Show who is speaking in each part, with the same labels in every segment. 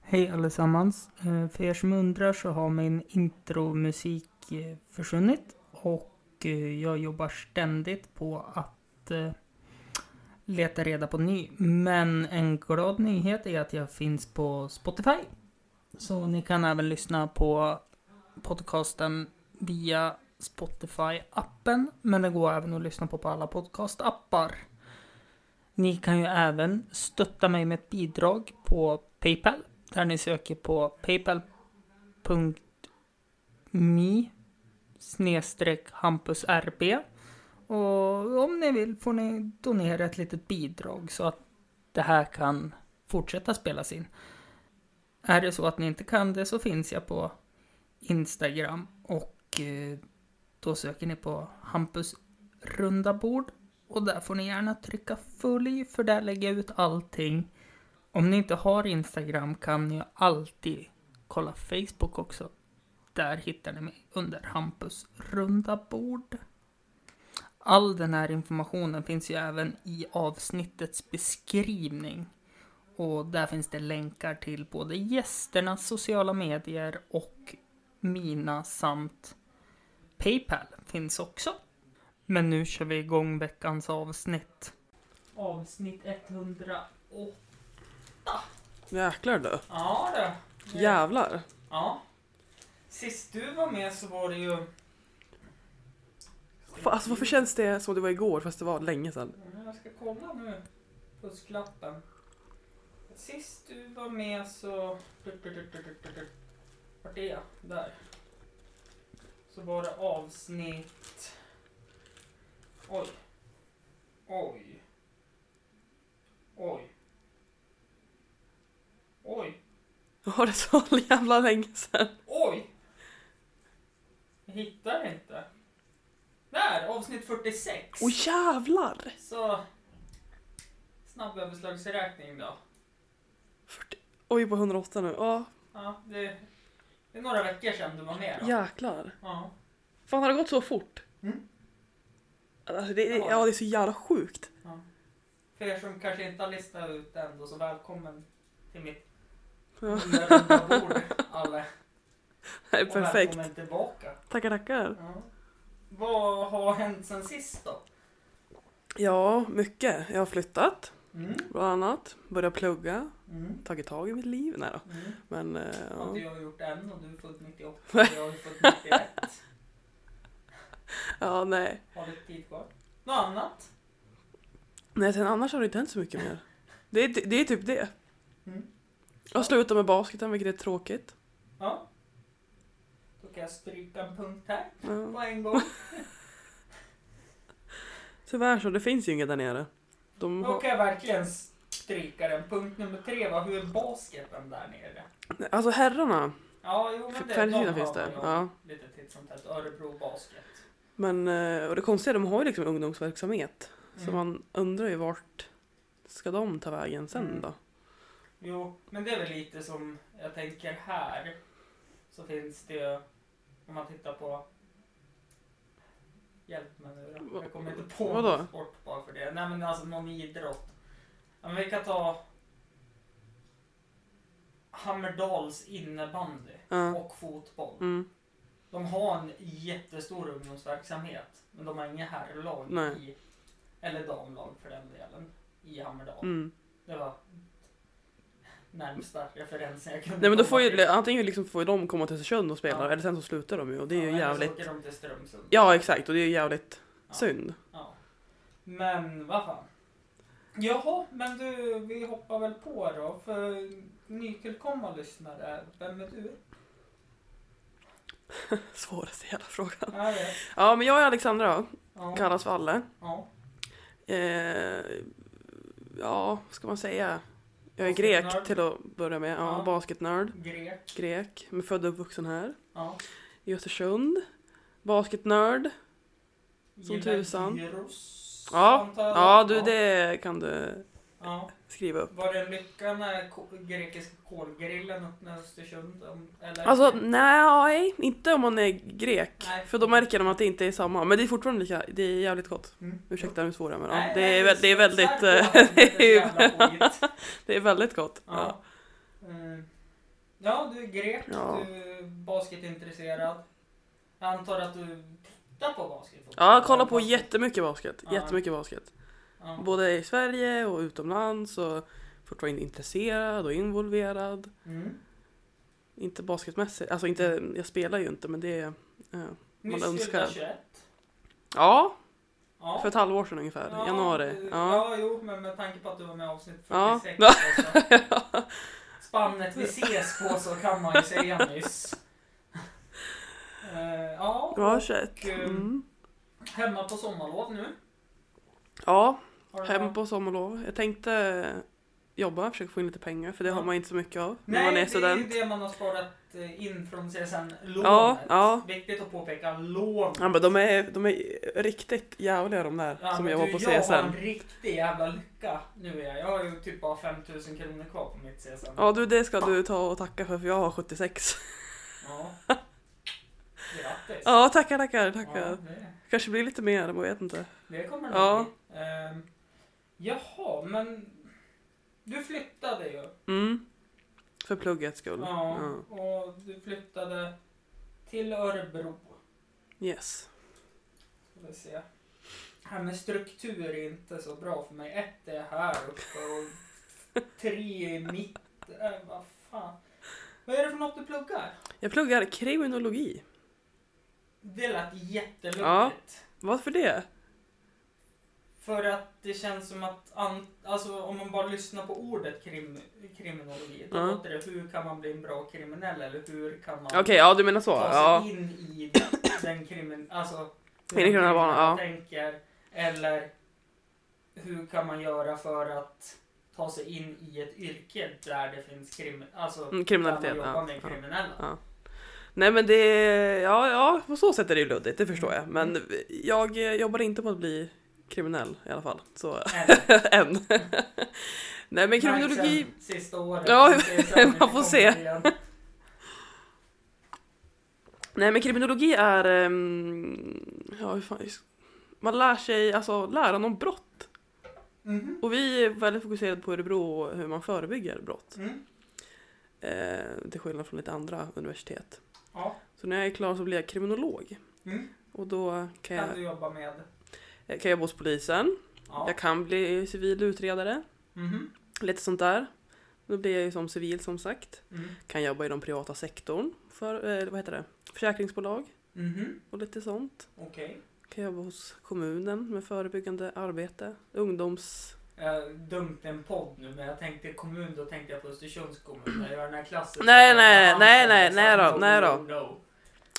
Speaker 1: Hej allesammans! Eh, För er som undrar så har min intromusik eh, försvunnit och eh, jag jobbar ständigt på att eh, leta reda på ny. Men en glad nyhet är att jag finns på Spotify. Så ni kan även lyssna på podcasten via Spotify-appen. Men det går även att lyssna på på alla podcast-appar. Ni kan ju även stötta mig med ett bidrag på Paypal där ni söker på paypal.me snedstreck hampusrb och om ni vill får ni donera ett litet bidrag så att det här kan fortsätta spelas in. Är det så att ni inte kan det så finns jag på Instagram och eh, då söker ni på Hampus runda bord och där får ni gärna trycka följ för där lägger jag ut allting om ni inte har Instagram kan ni ju alltid kolla Facebook också. Där hittar ni mig under Hampus runda bord. All den här informationen finns ju även i avsnittets beskrivning. Och där finns det länkar till både gästernas sociala medier och mina samt Paypal finns också. Men nu kör vi igång veckans avsnitt. Avsnitt 108.
Speaker 2: Jäklar du.
Speaker 1: Ja det.
Speaker 2: Jävlar.
Speaker 1: Ja. Sist du var med så var det ju...
Speaker 2: Fa- Alltså varför känns det som det var igår fast det var länge sedan?
Speaker 1: Jag ska kolla nu. Fusklappen. Sist du var med så... Vart är jag? Där. Så var det avsnitt... Oj. Oj. Oj. Oj.
Speaker 2: Var det så jävla länge sedan?
Speaker 1: Oj! Jag hittar inte. Där! Avsnitt 46.
Speaker 2: Åh jävlar!
Speaker 1: Så... Snabb överslagsräkning då.
Speaker 2: 40... Oj, på 108 nu. Ja,
Speaker 1: Ja, det, det är några veckor sedan du var med då.
Speaker 2: jäklar.
Speaker 1: Ja.
Speaker 2: Fan har det gått så fort?
Speaker 1: Mm.
Speaker 2: Alltså, det, det, ja, det är så jävla sjukt.
Speaker 1: För er som kanske inte har listat ut det än då, så välkommen till mitt
Speaker 2: Ja.
Speaker 1: lilla runda bord, alla.
Speaker 2: Det är
Speaker 1: Och
Speaker 2: perfekt.
Speaker 1: välkommen tillbaka.
Speaker 2: Tackar, tackar.
Speaker 1: Ja. Vad har hänt sen sist då?
Speaker 2: Ja, mycket. Jag har flyttat,
Speaker 1: Mm.
Speaker 2: bland annat. Börjat plugga,
Speaker 1: Mm.
Speaker 2: tagit tag i mitt liv. Nej då.
Speaker 1: Mm.
Speaker 2: Men eh,
Speaker 1: Ja.
Speaker 2: ja.
Speaker 1: du har gjort en och du är född 98 och jag är född 91.
Speaker 2: ja, nej.
Speaker 1: Har lite tid kvar. Något annat?
Speaker 2: Nej, sen annars har det inte hänt så mycket mer. Det är, det är typ det.
Speaker 1: Mm.
Speaker 2: Jag har slutat med basketen, vilket är tråkigt.
Speaker 1: Ja. Då kan jag stryka en punkt här på
Speaker 2: Ja.
Speaker 1: en gång.
Speaker 2: Tyvärr så, det finns ju inget där nere. De
Speaker 1: Då
Speaker 2: har,
Speaker 1: kan jag verkligen stryka den. Punkt nummer tre var hur är basketen där nere?
Speaker 2: Nej, alltså herrarna,
Speaker 1: Ja, jo men det, de
Speaker 2: Färjestad
Speaker 1: har
Speaker 2: finns det.
Speaker 1: man ju
Speaker 2: Ja.
Speaker 1: Lite titt som tätt. Örebro basket.
Speaker 2: Men, eh, och det konstiga är de har ju liksom ungdomsverksamhet.
Speaker 1: Mm.
Speaker 2: Så man undrar ju vart ska de ta vägen sen
Speaker 1: Mm.
Speaker 2: då?
Speaker 1: Jo, men det är väl lite som jag tänker här. Så finns det ju, om man tittar på Hjälp mig nu då. Jag kommer inte på
Speaker 2: Vadå?
Speaker 1: någon sport bara för det. Nej men alltså någon idrott. Ja, men vi kan ta Hammerdals innebandy
Speaker 2: Ja.
Speaker 1: och fotboll.
Speaker 2: Mm.
Speaker 1: De har en jättestor ungdomsverksamhet. Men de har inga herrlag
Speaker 2: Nej.
Speaker 1: i, eller damlag för den delen, i Hammerdal.
Speaker 2: Mm.
Speaker 1: Det var närmsta referensen jag kunde
Speaker 2: Nej men då
Speaker 1: komma
Speaker 2: får
Speaker 1: till.
Speaker 2: ju, antingen liksom får ju de komma till Östersund och spela
Speaker 1: Ja.
Speaker 2: eller sen så slutar de ju och det är ju
Speaker 1: Ja,
Speaker 2: jävligt.
Speaker 1: Eller så åker de till Strömsund.
Speaker 2: Ja exakt och det är ju jävligt
Speaker 1: Ja.
Speaker 2: synd.
Speaker 1: Ja. Men vad fan. Jaha, men du, vi hoppar väl på då. För nytillkomna lyssnare, vem är du?
Speaker 2: Svåraste jävla frågan.
Speaker 1: Ja, ja.
Speaker 2: Ja men jag är Alexandra,
Speaker 1: Ja,
Speaker 2: kallas för Alle.
Speaker 1: ja.
Speaker 2: Eh, ja, vad ska man säga? Jag är
Speaker 1: Basketnörd.
Speaker 2: grek till att börja med. Ja,
Speaker 1: Ja.
Speaker 2: Basketnörd,
Speaker 1: Grek.
Speaker 2: grek, men född och uppvuxen här.
Speaker 1: Ja.
Speaker 2: I Östersund. Basketnörd. Som
Speaker 1: Gillar
Speaker 2: tusan.
Speaker 1: gyros,
Speaker 2: Ja,
Speaker 1: antar jag.
Speaker 2: Ja, du det kan du
Speaker 1: Ja.
Speaker 2: skriva upp.
Speaker 1: Var det en lycka när ko- grekiska kolgrillen öppnade Östersund? Om- Eller?
Speaker 2: Alltså nej, inte om man är grek.
Speaker 1: Nej.
Speaker 2: För då märker de att det inte är samma. Men det är fortfarande lika, det är jävligt gott.
Speaker 1: Mm.
Speaker 2: Ursäkta nu svåra men ja.
Speaker 1: Nej,
Speaker 2: Det
Speaker 1: nej,
Speaker 2: är, vä- det är väldigt,
Speaker 1: exakt vad jag tänkte,
Speaker 2: eh, det är ju-
Speaker 1: jävla skit.
Speaker 2: det är väldigt gott. Ja.
Speaker 1: Ja. Mm. Ja, du är grek,
Speaker 2: Ja.
Speaker 1: du är basketintresserad. Jag antar att du tittar på basket?
Speaker 2: Ja, jag kollar på jättemycket basket.
Speaker 1: Ja.
Speaker 2: Jättemycket basket.
Speaker 1: Ja.
Speaker 2: Både i Sverige och utomlands och fortfarande intresserad och involverad.
Speaker 1: Mm.
Speaker 2: Inte basketmässigt, alltså inte, jag spelar ju inte men det är... Ja, Man
Speaker 1: Nyss fyllda
Speaker 2: önskar.
Speaker 1: 21.
Speaker 2: ja
Speaker 1: Ja.
Speaker 2: för ett halvår sedan ungefär. Januari.
Speaker 1: du-
Speaker 2: Ja.
Speaker 1: ja, jo, men med tanke på att du var med i avsnitt
Speaker 2: Ja.
Speaker 1: 46 så. Spannet vi ses på så kan man ju säga nyss. Eh, ja,
Speaker 2: Ja, 21.
Speaker 1: Och, eh,
Speaker 2: Mm.
Speaker 1: hemma på sommarlov nu.
Speaker 2: Ja,
Speaker 1: Har du någon-
Speaker 2: hem på sommarlov. Jag tänkte jobba, försöka få in lite pengar för det
Speaker 1: Ja.
Speaker 2: har man inte så mycket av när
Speaker 1: Nej,
Speaker 2: man är
Speaker 1: det
Speaker 2: student.
Speaker 1: är ju det man har sparat eh, in från CSN-lånet.
Speaker 2: Ja, ja.
Speaker 1: Viktigt att påpeka, lån.
Speaker 2: Ja, men de, är, de är riktigt jävliga de där som jobbar på
Speaker 1: Jag har en
Speaker 2: CSN.
Speaker 1: riktig jävla lycka nu är jag. Jag har ju typ bara 5000 kronor kvar på mitt CSN.
Speaker 2: Ja du, det ska du ta och tacka för för jag har 76.
Speaker 1: Ja. Grattis.
Speaker 2: Ja, tackar, tackar,
Speaker 1: Ja,
Speaker 2: tackar.
Speaker 1: det,
Speaker 2: Kanske blir lite mer, men jag vet inte.
Speaker 1: det kommer det
Speaker 2: Ja.
Speaker 1: bli. Ehm, jaha, men du flyttade ju.
Speaker 2: Mm. För pluggets skull.
Speaker 1: Ja, och du flyttade till Örebro.
Speaker 2: Yes.
Speaker 1: Ska vi se. Det här med struktur är inte så bra för mig. Ett är här uppe och tre är mitt. Äh, vad fan. Vad är det för något du pluggar?
Speaker 2: Jag pluggar kriminologi.
Speaker 1: Det lät jättelumpigt.
Speaker 2: Ja. Varför det?
Speaker 1: För att det känns som att an, alltså, om man bara lyssnar på ordet krim, kriminologi. Då
Speaker 2: Ja.
Speaker 1: låter det hur kan man bli en bra kriminell eller hur kan man
Speaker 2: Okej, ja du menar så.
Speaker 1: ta sig
Speaker 2: Ja.
Speaker 1: in i den krimin, alltså hur
Speaker 2: In
Speaker 1: den
Speaker 2: i kriminella
Speaker 1: kriminella
Speaker 2: banan, ja.
Speaker 1: tänker. Eller hur kan man göra för att ta sig in i ett yrke där det finns krim, alltså,
Speaker 2: Mm, kriminalitet,
Speaker 1: där man jobbar
Speaker 2: ja,
Speaker 1: med
Speaker 2: ja.
Speaker 1: kriminella.
Speaker 2: Ja. Nej men det, ja, ja på så sätt är det ju luddigt, det förstår jag. Men
Speaker 1: Mm.
Speaker 2: jag eh, jobbar inte på att bli kriminell i alla fall. Så
Speaker 1: Eller,
Speaker 2: än. Nej men kriminologi,
Speaker 1: sen Sista året.
Speaker 2: Ja,
Speaker 1: Vi ser sen när
Speaker 2: man
Speaker 1: vi
Speaker 2: får
Speaker 1: kommer
Speaker 2: se.
Speaker 1: igen.
Speaker 2: nej men kriminologi är, ehm, ja hur fan, man lär sig, alltså läran om brott.
Speaker 1: Mhm.
Speaker 2: Och vi är väldigt fokuserade på Örebro och hur man förebygger brott.
Speaker 1: Mm.
Speaker 2: Eh, till skillnad från lite andra universitet.
Speaker 1: Ja.
Speaker 2: Så när jag är klar så blir jag kriminolog.
Speaker 1: Mm.
Speaker 2: Och då kan
Speaker 1: Kan
Speaker 2: jag, eh,
Speaker 1: du jobba med?
Speaker 2: kan jag bo hos polisen,
Speaker 1: Ja.
Speaker 2: jag kan bli civil utredare,
Speaker 1: Mhm.
Speaker 2: lite sånt där. Då blir jag ju som civil som sagt.
Speaker 1: Mm.
Speaker 2: Kan jobba i den privata sektorn, för, eh, vad heter det, försäkringsbolag
Speaker 1: Mhm.
Speaker 2: och lite sånt.
Speaker 1: Okej.
Speaker 2: Kan jobba hos kommunen med förebyggande arbete, ungdoms...
Speaker 1: Jag dumt en podd nu, men jag tänkte kommun, då tänkte jag på Östersunds kommun. Jag gör den här klassen.
Speaker 2: Nej, nej, nej, nej, nej då,
Speaker 1: No,
Speaker 2: nej då.
Speaker 1: liksom. no, no.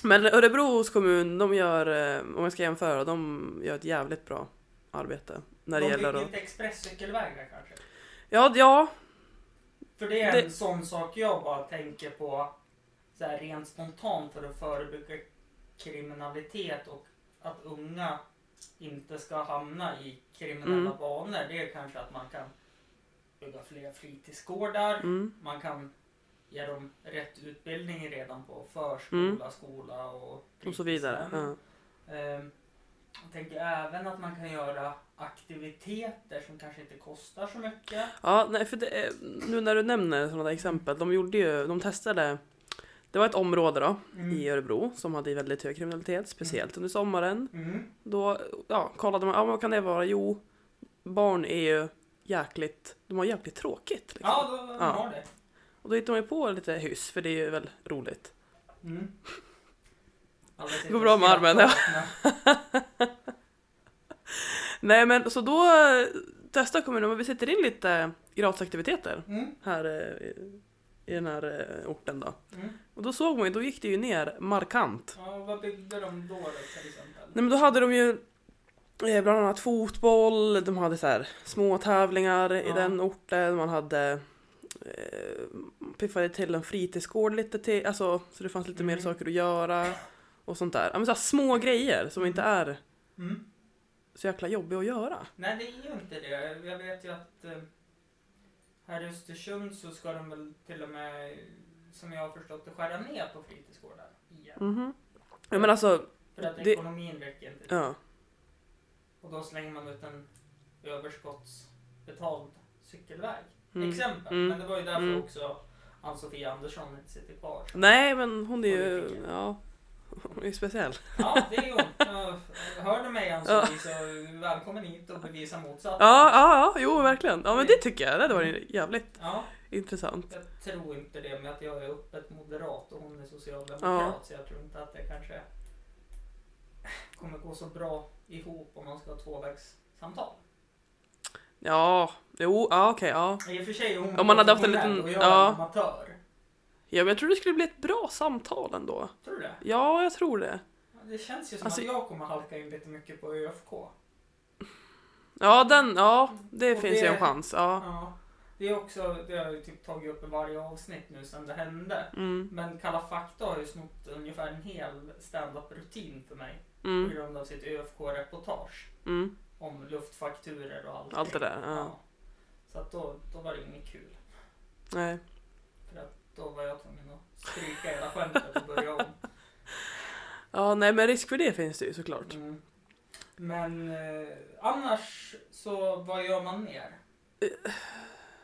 Speaker 2: Men Örebros kommun, de gör, eh, om jag ska jämföra, de gör ett jävligt bra arbete. När det
Speaker 1: De
Speaker 2: gäller
Speaker 1: bygger
Speaker 2: att...
Speaker 1: inte expresscykelvägar kanske?
Speaker 2: Ja, ja,
Speaker 1: För det är en
Speaker 2: Det-
Speaker 1: sån sak jag bara tänker på så här, rent spontant för att förebygga kriminalitet och att unga inte ska hamna i kriminella
Speaker 2: Mm.
Speaker 1: banor. Det är kanske att man kan bygga fler fritidsgårdar.
Speaker 2: mm,
Speaker 1: man kan ge dem rätt utbildning redan på förskola,
Speaker 2: Mm.
Speaker 1: skola och,
Speaker 2: och så vidare.
Speaker 1: fritidshem.
Speaker 2: Ja.
Speaker 1: Ehm, Jag tänker även att man kan göra aktiviteter som kanske inte kostar så mycket.
Speaker 2: Ja, nej, för det är, nu när du nämner sådana där exempel. De gjorde ju, de testade. Det var ett område då
Speaker 1: Mm.
Speaker 2: i Örebro som hade väldigt hög kriminalitet, speciellt under sommaren.
Speaker 1: Mm.
Speaker 2: Då ja, kollade man, ja, men vad kan det vara? Jo, barn är ju jäkligt, de har jäkligt tråkigt. Liksom.
Speaker 1: Ja, då
Speaker 2: Ja.
Speaker 1: har det.
Speaker 2: Och då hittar man ju på lite hyss, för det är ju väl roligt.
Speaker 1: Mm. Alla sitter
Speaker 2: Går bra med
Speaker 1: och skrattar
Speaker 2: armen,
Speaker 1: åt
Speaker 2: Nej men så då eh, testar kommunen, men vi sätter in lite gratisaktiviteter
Speaker 1: mig. Mm.
Speaker 2: här eh, i- i den här eh, orten då.
Speaker 1: Mm.
Speaker 2: Och då såg man ju, då gick det ju ner markant.
Speaker 1: Ja, vad byggde de då, då till exempel?
Speaker 2: Nej men då hade de ju eh, bland annat fotboll, de hade så här små tävlingar i
Speaker 1: Ja.
Speaker 2: den orten, man hade eh, piffade till en fritidsgård lite till, alltså så det fanns lite mer
Speaker 1: Mm.
Speaker 2: saker att göra och sånt där. Ja men så här, små grejer som inte är
Speaker 1: Mm.
Speaker 2: så jäkla jobbiga att göra.
Speaker 1: Nej, det är ju inte det. Jag vet ju att eh, här i Östersund så ska de väl till och med, som jag har förstått det, skära ner på fritidsgårdar igen.
Speaker 2: Mhm. Ja men alltså,
Speaker 1: För att
Speaker 2: Det-
Speaker 1: ekonomin räcker inte. till.
Speaker 2: ja.
Speaker 1: Och då slänger man ut en överskottsbetald cykelväg.
Speaker 2: Mm.
Speaker 1: Exempel.
Speaker 2: Mm.
Speaker 1: Men det var ju därför
Speaker 2: Mm.
Speaker 1: också Ann-Sofie Andersson inte sitter kvar.
Speaker 2: Nej men hon är
Speaker 1: Hon är
Speaker 2: ju,
Speaker 1: picken.
Speaker 2: ja, hon är speciell.
Speaker 1: Ja, det är hon. Ja, Hör du mig Ann-Sofie så välkommen hit och bevisa motsatsen.
Speaker 2: Ja, ja, ja, jo verkligen. Ja men det tycker jag, det hade
Speaker 1: Mm.
Speaker 2: varit jävligt
Speaker 1: Ja,
Speaker 2: intressant.
Speaker 1: jag tror inte det med att jag är öppet moderat och hon är socialdemokrat så jag tror inte att det kanske kommer gå så bra ihop om man ska ha tvåvägssamtal.
Speaker 2: Ja, jo, ja okej, ja.
Speaker 1: I och för sig är hon
Speaker 2: Om man hade haft en
Speaker 1: professionell
Speaker 2: liten-
Speaker 1: och jag är
Speaker 2: ja.
Speaker 1: amatör.
Speaker 2: ja men jag tror det skulle bli ett bra samtal ändå.
Speaker 1: Tror du det?
Speaker 2: Ja, jag tror det.
Speaker 1: Ja, Det känns ju som
Speaker 2: Alltså-
Speaker 1: att jag kommer halka in lite mycket på ÖFK.
Speaker 2: Ja, den, ja, det
Speaker 1: Och
Speaker 2: finns ju
Speaker 1: det-
Speaker 2: en chans. Ja.
Speaker 1: Ja. Det är också, det har jag ju typ tagit upp i varje avsnitt nu sedan det hände.
Speaker 2: Mm,
Speaker 1: Men Kalla fakta har ju snott ungefär en hel stand-up-rutin för mig på
Speaker 2: mm,
Speaker 1: grund av sitt ÖFK-reportage
Speaker 2: mm.
Speaker 1: om luftfakturer och allt.
Speaker 2: Allt det där. Ja.
Speaker 1: Ja. Så att då, då var det inget kul.
Speaker 2: Nej.
Speaker 1: För att då var jag tvungen att stryka hela skämtet och börja om.
Speaker 2: Ja, nej men risk för det finns det ju såklart.
Speaker 1: Mm. Men eh, annars så, vad gör man mer?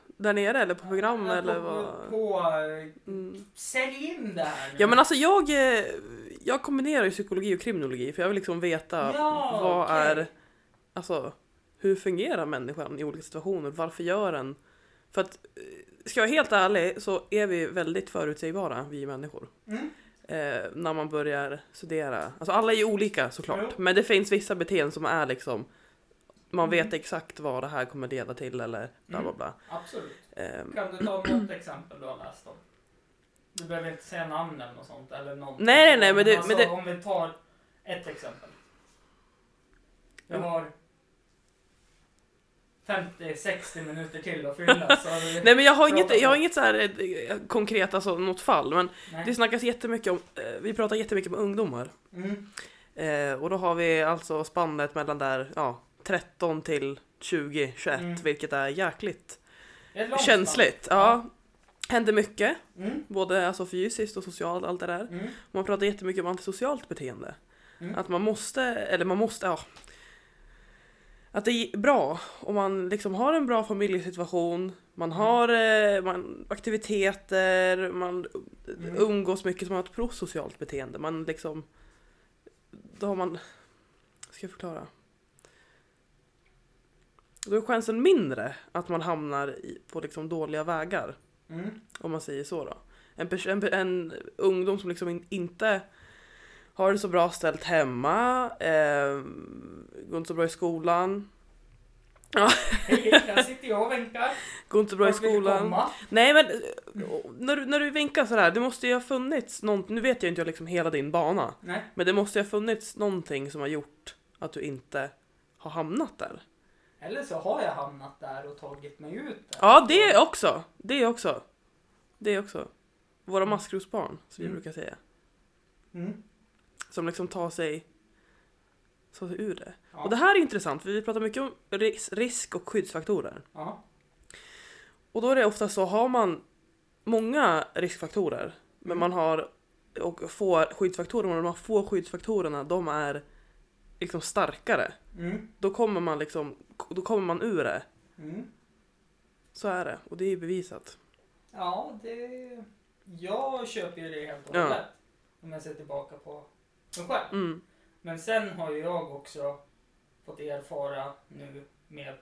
Speaker 2: Där nere eller på program
Speaker 1: Ja,
Speaker 2: eller
Speaker 1: på,
Speaker 2: vad?
Speaker 1: På, eh,
Speaker 2: Mm.
Speaker 1: sälj in det här nu.
Speaker 2: Ja men alltså jag, eh, jag kombinerar ju psykologi och kriminologi för jag vill liksom veta
Speaker 1: Ja,
Speaker 2: vad
Speaker 1: okej.
Speaker 2: är, alltså hur fungerar människan i olika situationer, varför gör den? För att, eh, ska jag vara helt ärlig så är vi väldigt förutsägbara vi människor.
Speaker 1: Mm.
Speaker 2: Eh, när man börjar studera, alltså alla är ju olika såklart,
Speaker 1: Jo.
Speaker 2: men det finns vissa beteenden som är liksom man
Speaker 1: Mm.
Speaker 2: vet exakt vad det här kommer leda till eller bla bla bla.
Speaker 1: Absolut.
Speaker 2: Eh,
Speaker 1: Kan du ta något exempel du har läst om? Du behöver inte säga namnen och sånt eller någonting.
Speaker 2: Nej, nej, nej, men det-
Speaker 1: alltså,
Speaker 2: men det-
Speaker 1: Om vi tar ett exempel. Jag har 50-60 minuter till att fylla. Så
Speaker 2: Nej men jag har inget, jag har inget så här eh, konkret, alltså något fall, men
Speaker 1: Nej.
Speaker 2: Det snackas jättemycket om, eh, vi pratar jättemycket om ungdomar.
Speaker 1: Mm,
Speaker 2: Eh, och då har vi alltså spannet mellan där, ja, 13 till 20, 21,
Speaker 1: Mm.
Speaker 2: vilket är jäkligt
Speaker 1: det är långt,
Speaker 2: känsligt. Ja.
Speaker 1: Ja.
Speaker 2: Händer mycket,
Speaker 1: va? Mm,
Speaker 2: både alltså fysiskt och socialt, allt det där.
Speaker 1: mm,
Speaker 2: Man pratar jättemycket om antisocialt beteende.
Speaker 1: Mm.
Speaker 2: Att man måste, eller man måste, ja. Att det är bra om man liksom har en bra familjesituation, man
Speaker 1: Mm.
Speaker 2: har eh, man, aktiviteter, man
Speaker 1: Mm.
Speaker 2: umgås mycket, så man har ett prosocialt beteende. Man liksom, då har man, ska jag förklara? Då är chansen mindre att man hamnar i, på liksom dåliga vägar.
Speaker 1: mm,
Speaker 2: Om man säger så då. En, pers- en, pe- en ungdom som liksom in, inte har det så bra ställt hemma, eh, går inte så bra i skolan,
Speaker 1: Hej, hej, här sitter jag och vinkar.
Speaker 2: går inte så bra i
Speaker 1: Vart vill du
Speaker 2: skolan.
Speaker 1: komma?
Speaker 2: Nej men eh, och när du, när du vinkar sådär, det måste ju ha funnits någonting, nu vet jag inte jag liksom hela din bana,
Speaker 1: Nej.
Speaker 2: men det måste ju ha funnits någonting som har gjort att du inte har hamnat där.
Speaker 1: Eller så har jag hamnat där och tagit mig ut där.
Speaker 2: Ja det också, det också, det också. Våra maskrosbarn som vi
Speaker 1: Mm.
Speaker 2: brukar säga,
Speaker 1: Mm,
Speaker 2: som liksom tar sig, tar sig ur det.
Speaker 1: ja,
Speaker 2: Och det här är intressant för vi pratar mycket om ris- risk och skyddsfaktorer.
Speaker 1: ja,
Speaker 2: Och då är det ofta så har man många riskfaktorer men man har och får skyddsfaktorer men de här få skyddsfaktorerna de är liksom starkare.
Speaker 1: mm,
Speaker 2: Då kommer man liksom då kommer man ur det.
Speaker 1: mm.
Speaker 2: Så är det och det är bevisat.
Speaker 1: Ja, det... Jag köper ju det helt och
Speaker 2: Ja.
Speaker 1: hållet. Om jag ser tillbaka på mig själv.
Speaker 2: Mm.
Speaker 1: Men sen har ju jag också fått erfara nu med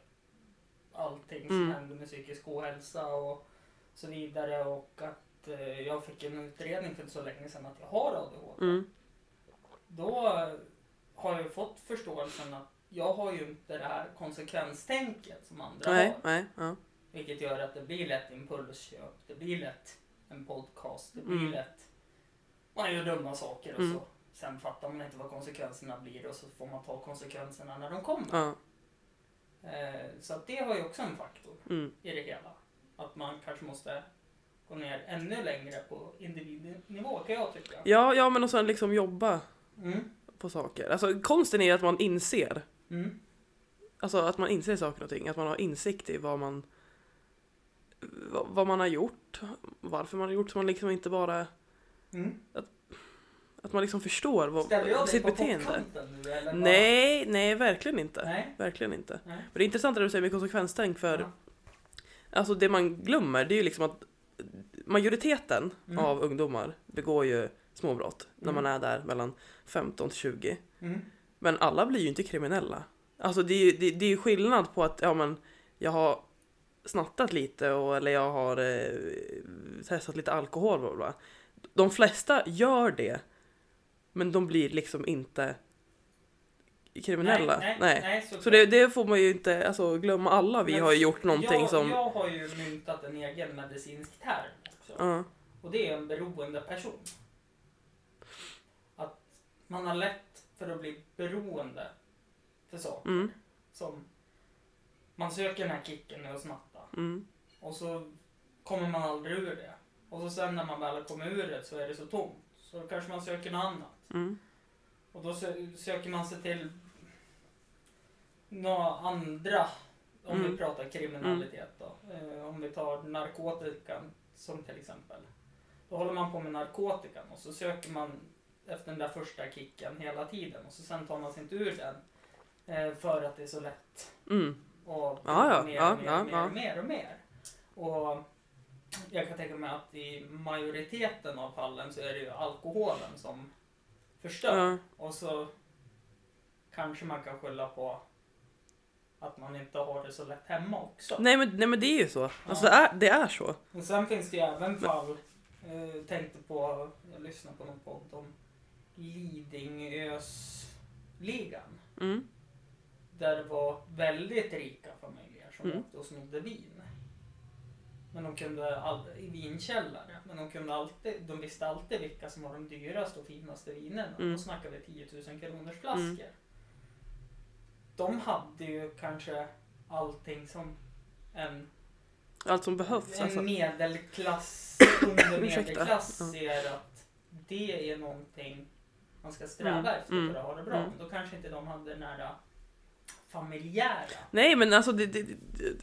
Speaker 1: allting som
Speaker 2: Mm.
Speaker 1: hände med psykisk ohälsa och så vidare. Och att eh, jag fick en utredning för inte så länge sedan att jag har ADHD.
Speaker 2: Mm.
Speaker 1: Då eh, har jag ju fått förståelsen att jag har ju inte det här konsekvenstänket som andra har.
Speaker 2: Nej, nej, ja.
Speaker 1: Vilket gör att det blir lätt impulsköp, det blir lätt en podcast, det blir
Speaker 2: Mm.
Speaker 1: lätt man gör dumma saker och
Speaker 2: Mm.
Speaker 1: så. Sen fattar man inte vad konsekvenserna blir och så får man ta konsekvenserna när de kommer.
Speaker 2: ja.
Speaker 1: Eh, så att det var ju också en faktor
Speaker 2: Mm.
Speaker 1: i det hela. Att man kanske måste gå ner ännu längre på individnivå kan jag tycka.
Speaker 2: Ja, ja men och sen liksom jobba
Speaker 1: Mm.
Speaker 2: på saker. Alltså konsten är att man inser
Speaker 1: Mm.
Speaker 2: Alltså att man inser saker och ting, att man har insikt i vad man vad, vad man har gjort, varför man har gjort, så man liksom inte bara
Speaker 1: Mm.
Speaker 2: att man liksom förstår vad,
Speaker 1: Ställer jag dig
Speaker 2: sitt
Speaker 1: på
Speaker 2: beteende.
Speaker 1: pottkanten nu eller? vad?
Speaker 2: Nej, nej verkligen inte.
Speaker 1: Nej.
Speaker 2: Verkligen inte.
Speaker 1: Nej.
Speaker 2: Men det är intressant det du säger med konsekvenstänk för
Speaker 1: Ja.
Speaker 2: alltså det man glömmer det är ju liksom att majoriteten
Speaker 1: Mm.
Speaker 2: av ungdomar begår ju småbrott när
Speaker 1: Mm.
Speaker 2: man är där mellan 15 till 20.
Speaker 1: Mm.
Speaker 2: Men alla blir ju inte kriminella. Alltså det är ju, det, det är ju skillnad på att ja, men, jag har snattat lite och, eller jag har eh, testat lite alkohol. Bla bla, bla. De flesta gör det, men de blir liksom inte kriminella.
Speaker 1: Nej, nej, nej, såklart.
Speaker 2: Så det, det får man ju inte alltså, glömma. Alla vi
Speaker 1: Men
Speaker 2: har ju gjort någonting
Speaker 1: jag,
Speaker 2: som...
Speaker 1: Jag har ju myntat en egen medicinsk term också.
Speaker 2: Ja.
Speaker 1: Och det är en beroende person. Att man har lätt för att bli beroende för saker.
Speaker 2: Mm,
Speaker 1: Som man söker den här kicken med att snatta.
Speaker 2: mm,
Speaker 1: Och så kommer man aldrig ur det. Och så sen när man väl kommer ur det så är det så tomt. Så då kanske man söker något annat.
Speaker 2: mm,
Speaker 1: Och då sö- söker man sig till några andra, om vi
Speaker 2: Mm.
Speaker 1: pratar kriminalitet då. Eh, om vi tar narkotikan som till exempel. Då håller man på med narkotikan och så söker man efter den där första kicken hela tiden och så sen tar man sig inte ur den. Eh, för att det är så lätt
Speaker 2: mm,
Speaker 1: och
Speaker 2: Ja, ja,
Speaker 1: mer,
Speaker 2: ja,
Speaker 1: mer,
Speaker 2: ja,
Speaker 1: mer,
Speaker 2: ja.
Speaker 1: mer och mer. Och jag kan tänka mig att i majoriteten av fallen så är det ju alkoholen som förstör.
Speaker 2: ja,
Speaker 1: Och så kanske man kan skylla på att man inte har det så lätt hemma också.
Speaker 2: Nej, men, nej men det är ju så. Alltså, det, är, det är så.
Speaker 1: Men sen finns det ju även fall, eh, tänkte på, jag lyssnade på någon podd om Lidingösligan.
Speaker 2: Mm,
Speaker 1: Där det var väldigt rika familjer som
Speaker 2: Mm.
Speaker 1: åkte och snodde vin. Men de kunde all- i vinkällare. Men de, kunde alltid, de visste alltid vilka som var de dyraste och finaste vinerna.
Speaker 2: Mm.
Speaker 1: Då snackar vi 10 000 kronors flaskor.
Speaker 2: Mm.
Speaker 1: De hade ju kanske allting som en,
Speaker 2: allt som behövs.
Speaker 1: en
Speaker 2: Alltså.
Speaker 1: medelklass, under
Speaker 2: Ursäkta.
Speaker 1: medelklass
Speaker 2: Ja.
Speaker 1: ser att det är någonting man ska sträva
Speaker 2: Mm.
Speaker 1: efter
Speaker 2: Mm.
Speaker 1: för att ha det bra.
Speaker 2: Mm.
Speaker 1: Men då kanske inte de hade den här äh, familjära
Speaker 2: Nej men alltså det, det,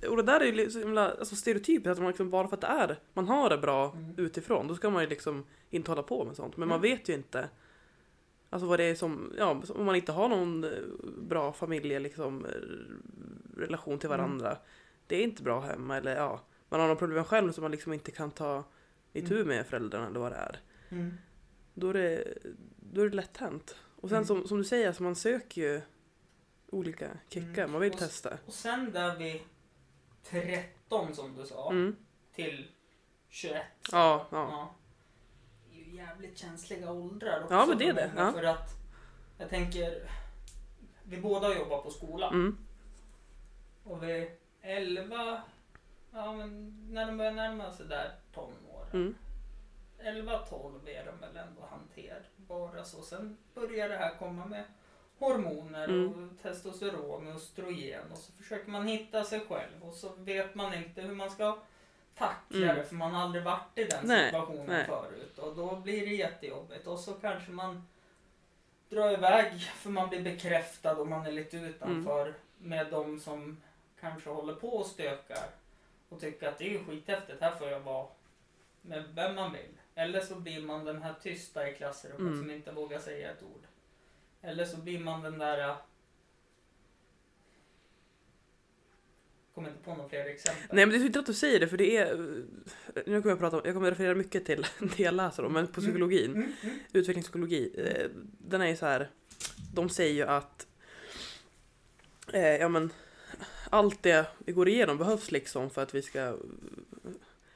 Speaker 2: det, och det där är ju li- så himla alltså, stereotypiskt att man liksom bara för att det är, man har det bra
Speaker 1: Mm.
Speaker 2: utifrån, då ska man ju liksom inte hålla på med sånt. Men man
Speaker 1: Mm.
Speaker 2: vet ju inte alltså vad det är som, ja som- om man inte har någon eh, bra familje liksom eh, relation
Speaker 1: Mm.
Speaker 2: till varandra. Det är inte bra hemma eller ja, man har några problem själv som man liksom inte kan ta itu med föräldrarna eller vad det är.
Speaker 1: Mm.
Speaker 2: Då är det, då är det lätt hänt. Och sen
Speaker 1: Mm.
Speaker 2: som, som du säger, alltså, man söker ju olika kickar,
Speaker 1: Mm.
Speaker 2: man vill
Speaker 1: Och s-
Speaker 2: testa.
Speaker 1: Och sen där vid 13 som du sa
Speaker 2: Mm.
Speaker 1: till 21. sa
Speaker 2: Ja,
Speaker 1: du.
Speaker 2: ja.
Speaker 1: Det är ju jävligt känsliga åldrar också.
Speaker 2: Ja, men det är
Speaker 1: för
Speaker 2: det,
Speaker 1: många,
Speaker 2: ja.
Speaker 1: För att jag tänker, vi båda jobbar på skolan
Speaker 2: Mm.
Speaker 1: och vid 11, ja men när de börjar närma sig där tonåren.
Speaker 2: Mm.
Speaker 1: 11-12 är de väl ändå hanterbara så. Sen börjar det här komma med hormoner
Speaker 2: Mm.
Speaker 1: och testosteron och östrogen och så försöker man hitta sig själv och så vet man inte hur man ska tackla
Speaker 2: Mm.
Speaker 1: det för man har aldrig varit i den
Speaker 2: Nej,
Speaker 1: situationen
Speaker 2: nej.
Speaker 1: förut och då blir det jättejobbigt och så kanske man drar iväg för man blir bekräftad och man är lite utanför
Speaker 2: Mm.
Speaker 1: med de som kanske håller på och stökar och tycker att det är ju skithäftigt, här får jag vara med vem man vill. Eller så blir man den här tysta i klassrummet
Speaker 2: Mm.
Speaker 1: som inte vågar säga ett ord. Eller så blir man den där... äh, Kommer inte på några fler exempel.
Speaker 2: Nej men det är så inte att du säger det för det är... eh, Nu kommer jag prata om, jag kommer referera mycket till det jag läser om, men på psykologin,
Speaker 1: Mm, mm,
Speaker 2: utvecklingspsykologi, eh, den är ju så här. De säger ju att... Eh, ja men... Allt det vi går igenom behövs liksom för att vi ska eh,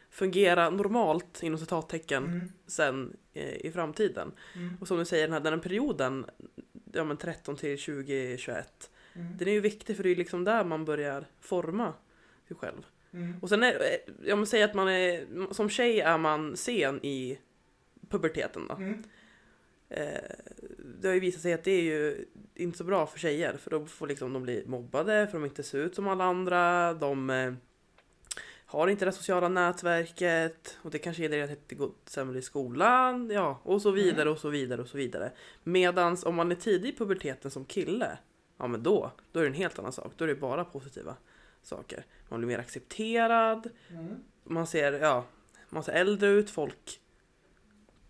Speaker 2: fungera normalt inom citattecken
Speaker 1: mm,
Speaker 2: sen eh, i framtiden.
Speaker 1: mm,
Speaker 2: Och som du säger, den här, den här perioden, ja men 13 till 20, 21,
Speaker 1: mm,
Speaker 2: den är ju viktig för det är ju liksom där man börjar forma sig själv.
Speaker 1: mm,
Speaker 2: Och sen är, jag måste säga att man är, som tjej är man sen i puberteten då.
Speaker 1: mm,
Speaker 2: Eh, det har ju visat sig att det är ju inte så bra för tjejer för då får liksom de bli mobbade för de inte ser ut som alla andra, de eh, har inte det sociala nätverket och det kanske leder till att det går sämre i skolan, ja och så vidare och så vidare och så vidare. Medans om man är tidig i puberteten som kille, ja men då, då är det en helt annan sak, då är det bara positiva saker. Man blir mer accepterad,
Speaker 1: mm,
Speaker 2: man ser, ja, man ser äldre ut, folk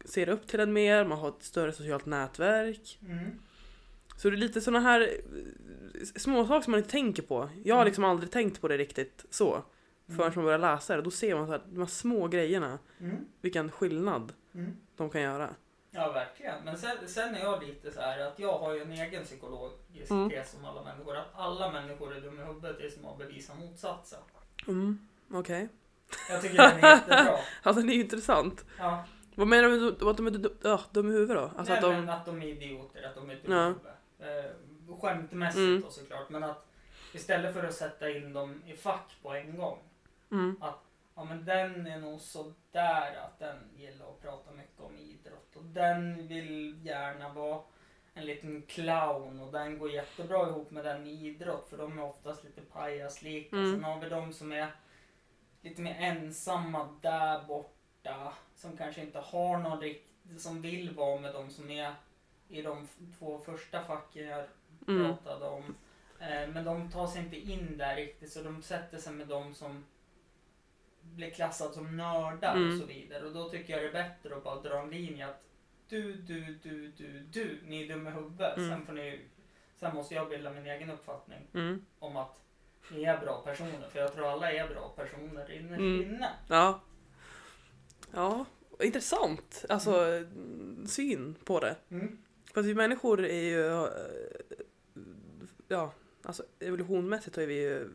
Speaker 2: ser upp till en mer, man har ett större socialt nätverk.
Speaker 1: mm.
Speaker 2: Så det är lite sådana här eh, små saker som man inte tänker på. Jag har
Speaker 1: Mm.
Speaker 2: liksom aldrig tänkt på det riktigt så. förrän man börjar läsa det. Då ser man så här, de här små grejerna,
Speaker 1: Mm.
Speaker 2: vilken skillnad
Speaker 1: Mm.
Speaker 2: de kan göra.
Speaker 1: Ja, verkligen. Men sen, sen är jag lite så här att jag har ju en egen psykologisk
Speaker 2: Mm.
Speaker 1: tes om alla människor. Att alla människor är dumma i huvudet tills de har bevisat motsatsen.
Speaker 2: Mm, okej.
Speaker 1: Jag tycker den är jättebra.
Speaker 2: Ja, den är ju intressant.
Speaker 1: Ja.
Speaker 2: Vad menar du med att de är du- ja, dum i huvudet då?
Speaker 1: Nej,
Speaker 2: Alltså att de...
Speaker 1: men att de är idioter, att de är
Speaker 2: Ja.
Speaker 1: dumma. Eh, skämtmässigt
Speaker 2: Mm.
Speaker 1: då såklart. Men att istället för att sätta in dem i fack på en gång.
Speaker 2: Mm,
Speaker 1: Ja men den är nog sådär att den gillar att prata mycket om idrott. Och den vill gärna vara en liten clown och den går jättebra ihop med den i idrott för de är oftast lite pajaslika.
Speaker 2: Mm.
Speaker 1: Sen har vi de som är lite mer ensamma där borta. Som kanske inte har någon riktigt, som vill vara med de som är i de f- två första facken jag
Speaker 2: mm,
Speaker 1: pratade om. Eh, Men de tar sig inte in där riktigt så de sätter sig med de som blir klassade som nördar
Speaker 2: Mm.
Speaker 1: och så vidare. Och då tycker jag det är bättre att bara dra en linje att du, du, du, du, du, ni är dumma i huvudet.
Speaker 2: Mm.
Speaker 1: Sen, får ni, sen måste jag bilda min egen uppfattning
Speaker 2: mm.
Speaker 1: om att ni är bra personer. För jag tror alla är bra personer innerst
Speaker 2: Mm.
Speaker 1: inne.
Speaker 2: Ja. Ja, intressant. Alltså, mm, syn på det.
Speaker 1: Mm.
Speaker 2: För att vi människor är ju... eh, Ja, alltså evolutionmässigt har vi ju...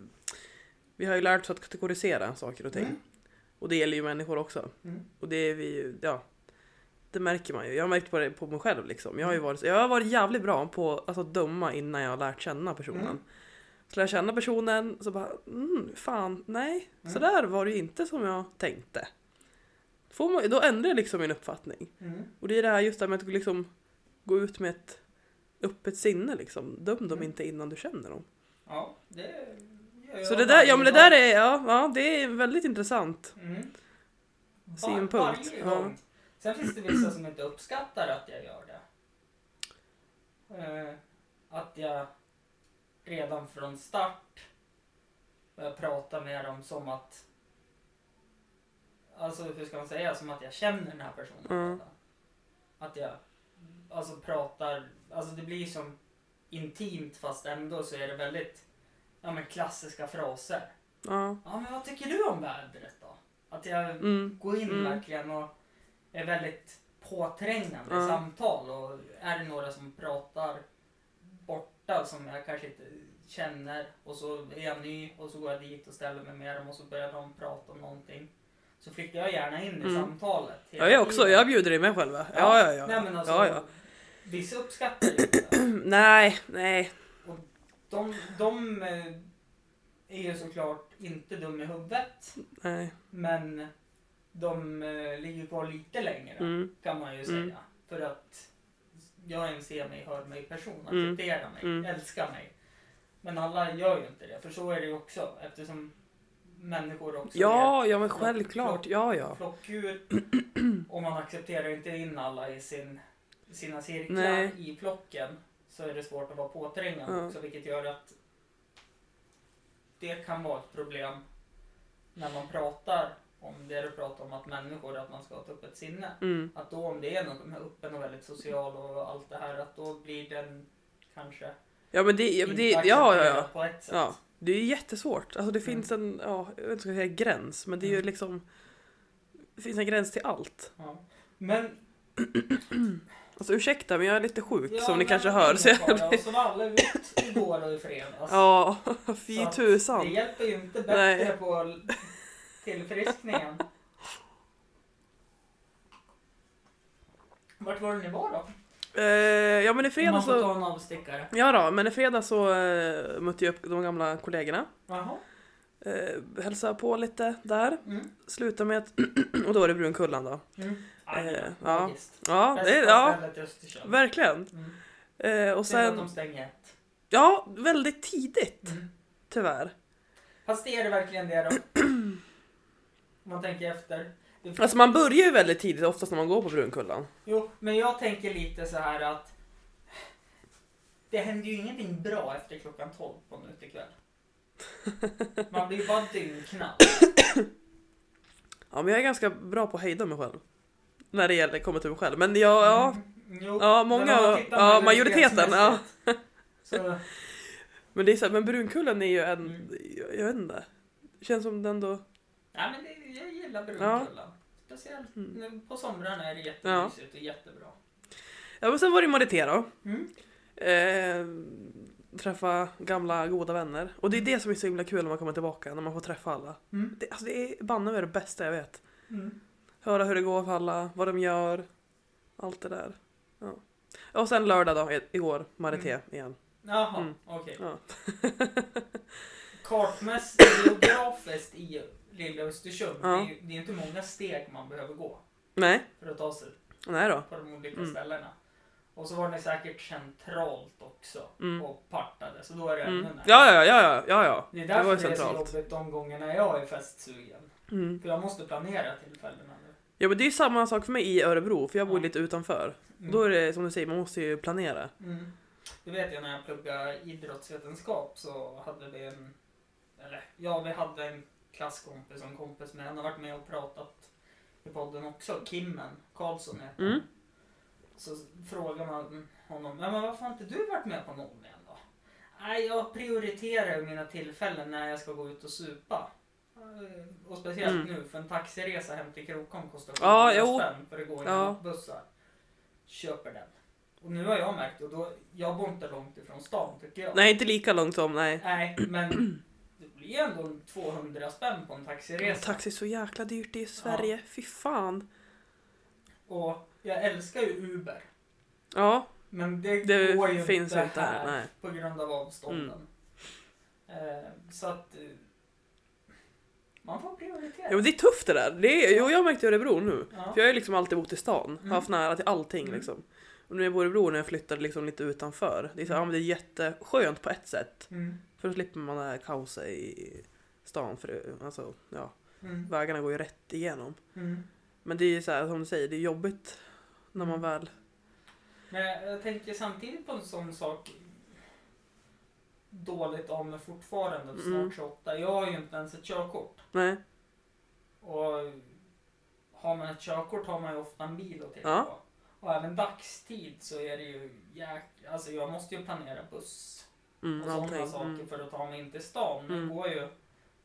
Speaker 2: Vi har ju lärt oss att kategorisera saker och ting.
Speaker 1: Mm.
Speaker 2: Och det gäller ju människor också.
Speaker 1: Mm.
Speaker 2: Och det är vi ju, ja. Det märker man ju. Jag har märkt på det på mig själv liksom. Jag har ju
Speaker 1: Mm.
Speaker 2: varit, jag har varit jävligt bra på alltså, att döma innan jag har lärt känna personen.
Speaker 1: Mm.
Speaker 2: Så lär jag känna personen så bara, mm, fan, nej.
Speaker 1: Mm.
Speaker 2: Så där var det ju inte som jag tänkte. Får man, då ändrar jag liksom min uppfattning.
Speaker 1: Mm.
Speaker 2: Och det är det här just det här med att liksom gå ut med ett öppet sinne liksom. Döm dem
Speaker 1: Mm.
Speaker 2: inte innan du känner dem.
Speaker 1: Ja, det gör jag
Speaker 2: Så det där, ja men det där
Speaker 1: varje
Speaker 2: är, ja, ja det är väldigt intressant.
Speaker 1: gång. Mm. Var-
Speaker 2: Synpunkt,
Speaker 1: Varje
Speaker 2: ja.
Speaker 1: gång. Sen finns det vissa som inte uppskattar att jag gör det. Eh, att jag redan från start börjar prata med dem som att... Alltså hur ska man säga? Som att jag känner den här personen.
Speaker 2: Mm.
Speaker 1: redan. Att jag alltså pratar... Alltså det blir som intimt fast ändå så är det väldigt ja, men klassiska fraser.
Speaker 2: Ja.
Speaker 1: Ja men vad tycker du om vädret då? Att jag
Speaker 2: Mm.
Speaker 1: gå in
Speaker 2: Mm.
Speaker 1: verkligen och är väldigt påträngande
Speaker 2: Ja.
Speaker 1: i samtal och är det några som pratar borta som jag kanske inte känner och så är jag ny och så går jag dit och ställer mig med dem och så börjar de prata om någonting. Så flickar jag gärna in i
Speaker 2: Mm.
Speaker 1: samtalet. hela
Speaker 2: Ja, jag också,
Speaker 1: tiden.
Speaker 2: jag bjuder i mig själv. va? Ja, ja, ja.
Speaker 1: Nej men alltså,
Speaker 2: ja, ja.
Speaker 1: vissa uppskattar ju inte.
Speaker 2: Nej, nej.
Speaker 1: De, de eh, är ju såklart inte dum i huvudet
Speaker 2: nej.
Speaker 1: men de eh, ligger kvar lite längre.
Speaker 2: Mm,
Speaker 1: kan man ju säga.
Speaker 2: Mm.
Speaker 1: För att jag är en se mig, hör mig person,
Speaker 2: Mm.
Speaker 1: accepterar mig,
Speaker 2: Mm.
Speaker 1: älskar mig. Men alla gör ju inte det, för så är det ju också eftersom människor också
Speaker 2: Ja, ja men
Speaker 1: flock-
Speaker 2: självklart.
Speaker 1: flock-
Speaker 2: Ja, ja.
Speaker 1: flockdjur och man accepterar inte in alla i sin, sina cirklar
Speaker 2: Nej.
Speaker 1: i flocken så är det svårt att vara påträngande
Speaker 2: Ja.
Speaker 1: också vilket gör att det kan vara ett problem när man pratar om det du pratar om att människor, att man ska ha ett öppet sinne.
Speaker 2: Mm,
Speaker 1: Att då om det är någon som är öppen och väldigt social och allt det här, att då blir den kanske
Speaker 2: ja men det, ja, men det, ja,
Speaker 1: inte
Speaker 2: ja,
Speaker 1: accepterad
Speaker 2: ja.
Speaker 1: på ett sätt.
Speaker 2: ja. Det är ju jättesvårt. Alltså det finns en, ja, jag vet inte ska jag säga gräns, men det är ju
Speaker 1: Mm.
Speaker 2: liksom. Det finns en gräns till allt.
Speaker 1: Ja. Men,
Speaker 2: Alltså ursäkta, men jag är lite sjuk
Speaker 1: ja,
Speaker 2: som ni
Speaker 1: men
Speaker 2: kanske hör. Så
Speaker 1: ingen
Speaker 2: jag,
Speaker 1: fara. Och så var alla ut igår och i fredags.
Speaker 2: ja,
Speaker 1: Så
Speaker 2: fy
Speaker 1: att Det
Speaker 2: tusan.
Speaker 1: hjälper ju inte
Speaker 2: Nej.
Speaker 1: bättre på tillfriskningen. Vart var det ni var då?
Speaker 2: Eh, ja men i
Speaker 1: Om Man
Speaker 2: fredags
Speaker 1: får
Speaker 2: så.
Speaker 1: ta en avstickare.
Speaker 2: Ja då, men i fredags så eh, mötte jag upp de gamla kollegorna.
Speaker 1: Jaha.
Speaker 2: Uh, hälsade på lite där.
Speaker 1: Mm.
Speaker 2: Slutade med att, och då var det Brunkullan då.
Speaker 1: Mm. Aj,
Speaker 2: Eh, ja.
Speaker 1: ja. Visst.
Speaker 2: Ja, det,
Speaker 1: Bästa
Speaker 2: ja
Speaker 1: stället i Östersund.
Speaker 2: verkligen.
Speaker 1: Mm.
Speaker 2: Eh, och
Speaker 1: Synd att de
Speaker 2: sen,
Speaker 1: stänger ett.
Speaker 2: ja, väldigt tidigt
Speaker 1: Mm.
Speaker 2: tyvärr.
Speaker 1: Fast är det verkligen det då? Om man tänker efter. Det-
Speaker 2: Alltså man börjar ju väldigt tidigt oftast när man går på Brunkullan.
Speaker 1: Jo, men jag tänker lite så här att det händer ju ingenting bra efter klockan 12 på en utekväll. Man blir ju bara dyngknapp.
Speaker 2: Ja, men jag är ganska bra på att hejda mig själv. När det gäller kommer till mig själv. Men ja, ja,
Speaker 1: Mm, jo,
Speaker 2: ja,
Speaker 1: men
Speaker 2: många,
Speaker 1: om man tittar
Speaker 2: ja, majoriteten.
Speaker 1: majoritetsmässigt
Speaker 2: Ja.
Speaker 1: Så,
Speaker 2: Men det är så här, men Brunkullen är ju en,
Speaker 1: Mm.
Speaker 2: jag, jag vet inte. Känns som den då... mm.
Speaker 1: Nej, men det, jag gillar Brunkullan. Speciellt nu på somrarna är det jättemysigt och jättebra.
Speaker 2: Ja men sen var det Marité då.
Speaker 1: Mm.
Speaker 2: Eh, träffa gamla goda vänner. Och det är det som är så himla kul när man kommer tillbaka, när man får träffa alla.
Speaker 1: Mm.
Speaker 2: Det, alltså det är banne mig det bästa jag vet.
Speaker 1: Mm.
Speaker 2: Höra hur det går för alla, vad de gör. Allt det där. Ja. Och sen lördag då, i- igår, Marité igen.
Speaker 1: Jaha,
Speaker 2: Mm.
Speaker 1: okej.
Speaker 2: Ja.
Speaker 1: Kartmässigt och geografiskt i lilla Östersund.
Speaker 2: Ja.
Speaker 1: Det, är, ju- det är inte många steg man behöver gå
Speaker 2: Nej,
Speaker 1: för att ta sig
Speaker 2: nej då.
Speaker 1: på de olika
Speaker 2: Mm.
Speaker 1: ställena. Och så var det säkert centralt också
Speaker 2: Mm.
Speaker 1: och partade, så då är det
Speaker 2: Mm.
Speaker 1: ännu närmare.
Speaker 2: Ja, ja, ja, ja, ja, ja.
Speaker 1: Det är
Speaker 2: Det var
Speaker 1: därför
Speaker 2: ju
Speaker 1: det är så
Speaker 2: centralt.
Speaker 1: jobbigt de gångerna jag är festsugen.
Speaker 2: Mm.
Speaker 1: För jag måste planera tillfällena nu.
Speaker 2: Ja men det är ju samma sak för mig i Örebro, för jag bor
Speaker 1: Ja.
Speaker 2: lite utanför.
Speaker 1: Mm.
Speaker 2: Då är det som du säger, man måste ju planera.
Speaker 1: Mm. Det vet jag när jag pluggade idrottsvetenskap så hade vi en, eller ja, vi hade en klasskompis som kompis med, han har varit med och pratat i podden också, Kimmen Karlsson heter han.
Speaker 2: Mm.
Speaker 1: Så frågar man honom, men varför har inte du varit med på någon igen då? Nej, jag prioriterar ju mina tillfällen när jag ska gå ut och supa. Eh, Och speciellt
Speaker 2: Mm.
Speaker 1: nu, för en taxiresa hem till Krokom kostar
Speaker 2: Ja,
Speaker 1: 700
Speaker 2: jo.
Speaker 1: spänn för det går
Speaker 2: Ja.
Speaker 1: ja. bussar. Köper den. Och nu har jag märkt, och då, jag bor inte långt ifrån stan tycker jag.
Speaker 2: Nej, inte lika långt som, nej.
Speaker 1: Nej, men det blir ju ändå en 200 spänn på en taxiresa.
Speaker 2: Taxi är så jäkla dyrt i Sverige, fy fan.
Speaker 1: Och jag älskar ju Uber.
Speaker 2: Ja,
Speaker 1: Men det,
Speaker 2: Det
Speaker 1: går ju
Speaker 2: finns
Speaker 1: inte,
Speaker 2: inte här,
Speaker 1: här
Speaker 2: nej. Mm.
Speaker 1: på grund av avstånden. Eh, så att eh, man får prioritera.
Speaker 2: ja men det är tufft det där. Det är, jo, jag märkte i Örebro nu.
Speaker 1: ja.
Speaker 2: För jag har ju liksom alltid bott i stan,
Speaker 1: Mm.
Speaker 2: har haft nära till allting
Speaker 1: Mm.
Speaker 2: liksom. Och nu jag bor i Örebro när jag flyttade liksom lite utanför. Det är, så, här, ja, men det är jätteskönt på ett sätt.
Speaker 1: Mm,
Speaker 2: För då slipper man det här kaoset i stan. För det, alltså, ja,
Speaker 1: mm,
Speaker 2: vägarna går ju rätt igenom.
Speaker 1: mm.
Speaker 2: Men det är ju så här, som du säger, det är jobbigt när man väl...
Speaker 1: Men jag, jag tänker samtidigt på en sån sak dåligt av mig fortfarande, snart
Speaker 2: Mm.
Speaker 1: 28. Jag har ju inte ens ett körkort.
Speaker 2: Nej.
Speaker 1: Och har man ett körkort har man ju ofta en bil att titta
Speaker 2: Ja.
Speaker 1: på. Och även dagstid så är det ju jäk... Alltså jag måste ju planera buss.
Speaker 2: Mm,
Speaker 1: och sådana
Speaker 2: allting.
Speaker 1: saker
Speaker 2: Mm.
Speaker 1: för att ta mig in till stan. Nu
Speaker 2: Mm.
Speaker 1: går ju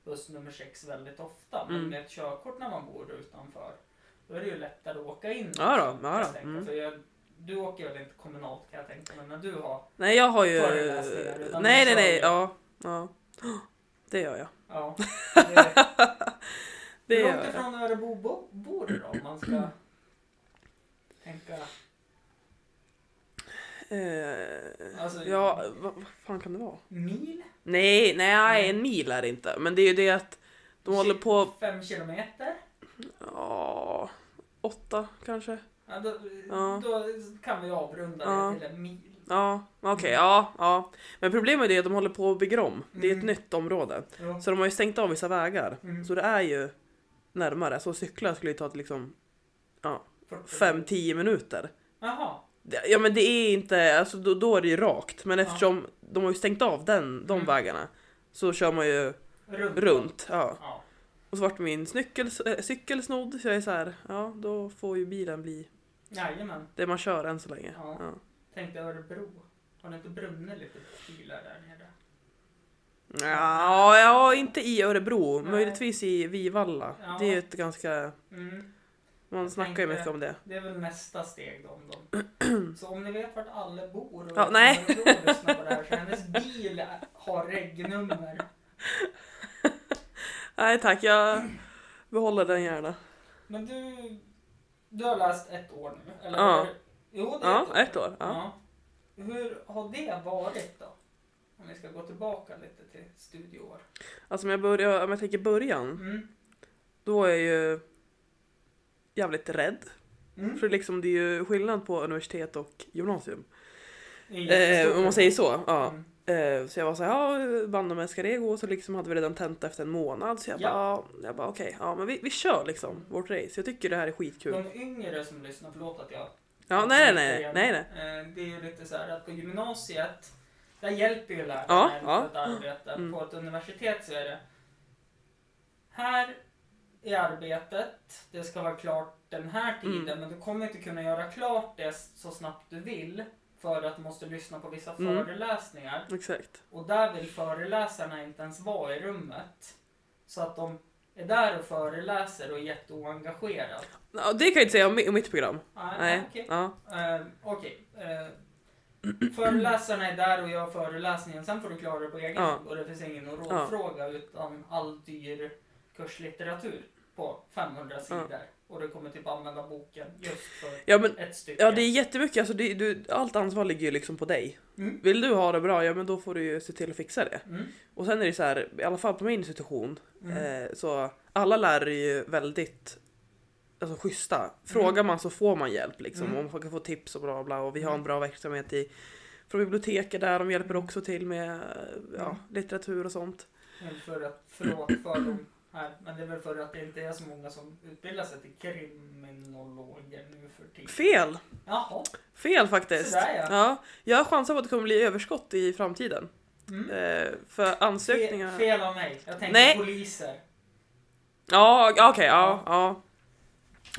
Speaker 1: buss nummer 6 väldigt ofta, men
Speaker 2: Mm.
Speaker 1: med ett körkort när man bor utanför då är det ju lättare att åka in.
Speaker 2: Ja då,
Speaker 1: också, kan
Speaker 2: ja
Speaker 1: jag
Speaker 2: då,
Speaker 1: tänka.
Speaker 2: mm.
Speaker 1: För jag, du åker väl inte kommunalt kan jag tänka mig, men du har.
Speaker 2: Nej, jag har ju...
Speaker 1: Föreläsningar, utan
Speaker 2: Nej,
Speaker 1: du kör
Speaker 2: nej, nej.
Speaker 1: ju.
Speaker 2: Ja, ja. Det gör jag.
Speaker 1: Ja. Det,
Speaker 2: Det
Speaker 1: hur
Speaker 2: gör
Speaker 1: långt
Speaker 2: jag.
Speaker 1: ifrån Örebro bo- bor du då? Om man ska tänka.
Speaker 2: Eh,
Speaker 1: Alltså,
Speaker 2: ja, vad vad fan kan det vara?
Speaker 1: Mil?
Speaker 2: Nej, nej,
Speaker 1: Nej.
Speaker 2: en mil är det inte. Men det är ju det att de håller på...
Speaker 1: Fem kilometer?
Speaker 2: Ja, åtta kanske.
Speaker 1: Ja, då,
Speaker 2: Ja.
Speaker 1: då kan vi avrunda
Speaker 2: Ja.
Speaker 1: det till en mil.
Speaker 2: Ja, okej, ja, ja. Men problemet är det att de håller på att bygga om. Det är ett
Speaker 1: Mm.
Speaker 2: nytt område.
Speaker 1: Jo.
Speaker 2: Så de har ju stängt av vissa vägar.
Speaker 1: Mm.
Speaker 2: Så det är ju närmare. Så cyklar skulle ju ta liksom
Speaker 1: 40.
Speaker 2: 5-10 minuter.
Speaker 1: Mm, Jaha.
Speaker 2: Det- Ja men det är inte, alltså då, då är det ju rakt. Men
Speaker 1: Ja.
Speaker 2: eftersom de har ju stängt av den, de
Speaker 1: Mm.
Speaker 2: vägarna. Så kör man ju
Speaker 1: Runt.
Speaker 2: runt. Ja.
Speaker 1: Ja.
Speaker 2: Och så vart min cykel, äh, cykel snodd så jag är så här, ja då får ju bilen bli
Speaker 1: Jajamän.
Speaker 2: det man kör än så länge.
Speaker 1: Ja.
Speaker 2: Ja.
Speaker 1: Tänkte Örebro. Har ni inte brunnit lite bilar där nere?
Speaker 2: Ja, ja, inte i Örebro,
Speaker 1: Nej.
Speaker 2: möjligtvis i Vivalla.
Speaker 1: Ja.
Speaker 2: Det är ju ett ganska,
Speaker 1: Mm.
Speaker 2: man
Speaker 1: Jag
Speaker 2: snackar ju
Speaker 1: tänkte-
Speaker 2: mycket om det.
Speaker 1: Det är väl nästa steg då om dem. Så om ni vet vart alla bor och
Speaker 2: Ja, nej.
Speaker 1: Örebro lyssnar på det här så hennes bil har regnummer.
Speaker 2: Nej tack, jag behåller den gärna.
Speaker 1: Men du, du har läst ett år nu? Eller
Speaker 2: Ja.
Speaker 1: har du- Jo, det är
Speaker 2: Ja, ett år. Ja.
Speaker 1: Ja. Hur har det varit då? Om vi ska gå tillbaka lite till studieår.
Speaker 2: Alltså om jag, börjar, om jag tänker början,
Speaker 1: Mm.
Speaker 2: då är jag ju jävligt rädd.
Speaker 1: Mm.
Speaker 2: För liksom, det är ju skillnad på universitet och gymnasium.
Speaker 1: Det är jättestort.
Speaker 2: Eh, om man säger så. Ja.
Speaker 1: Mm.
Speaker 2: Eh, så jag var så här, ja banne mig ska det gå? Så liksom hade vi redan tenta efter en månad. Så jag
Speaker 1: Ja.
Speaker 2: bara, jag bara okej, ja men vi, vi kör liksom vårt race. Jag tycker det här är skitkul.
Speaker 1: De yngre som lyssnar, förlåt att jag
Speaker 2: Ja, nej nej nej. nej, nej.
Speaker 1: Eh, Det är ju lite så här att på gymnasiet, där hjälper ju läraren
Speaker 2: Ja,
Speaker 1: en
Speaker 2: ja.
Speaker 1: på ett arbete.
Speaker 2: Mm.
Speaker 1: På ett universitet så är det, här är arbetet, det ska vara klart den här tiden,
Speaker 2: Mm.
Speaker 1: men du kommer inte kunna göra klart det så snabbt du vill. För att du måste lyssna på vissa
Speaker 2: Mm.
Speaker 1: föreläsningar.
Speaker 2: Exakt.
Speaker 1: Och där vill föreläsarna inte ens vara i rummet. så att de är där och föreläser och är jätteoengagerade.
Speaker 2: Ja, Det kan jag inte säga om mi- om mitt program.
Speaker 1: Ah,
Speaker 2: Nej.
Speaker 1: okej.
Speaker 2: Ja.
Speaker 1: Eh, Okej. Eh, föreläsarna är där och jag föreläsningen. Sen får du klara det på egen
Speaker 2: Ja.
Speaker 1: hand och det finns ingen
Speaker 2: Ja.
Speaker 1: rådfråga utan all dyr kurslitteratur på 500 sidor. Och du kommer typ använda boken just för
Speaker 2: Ja, men,
Speaker 1: ett stycke.
Speaker 2: ja det är jättemycket, alltså, det, du, allt ansvar ligger ju liksom på dig.
Speaker 1: Mm.
Speaker 2: Vill du ha det bra, ja men då får du ju se till att fixa det.
Speaker 1: Mm.
Speaker 2: Och sen är det så här, i alla fall på min institution,
Speaker 1: Mm.
Speaker 2: eh, så alla lärare är ju väldigt alltså, schyssta. Frågar man så får man hjälp liksom.
Speaker 1: Mm.
Speaker 2: Och man kan få tips och bla bla. Och vi har en
Speaker 1: Mm.
Speaker 2: bra verksamhet i, från biblioteket där. De hjälper också till med ja,
Speaker 1: Mm.
Speaker 2: litteratur och sånt.
Speaker 1: Det är väl För att, förlåt för dem här, men det är väl för att det inte är så många som utbildar sig till kriminologer nu för tiden.
Speaker 2: Fel!
Speaker 1: Jaha.
Speaker 2: Fel faktiskt.
Speaker 1: Sådär, ja.
Speaker 2: Jag chansar på att det kommer bli överskott i framtiden.
Speaker 1: Mm.
Speaker 2: Eh, för ansökningar...
Speaker 1: Fe, fel av mig. Jag tänkte
Speaker 2: Nej.
Speaker 1: poliser.
Speaker 2: Ja, okej. ja,
Speaker 1: Ja.
Speaker 2: ja.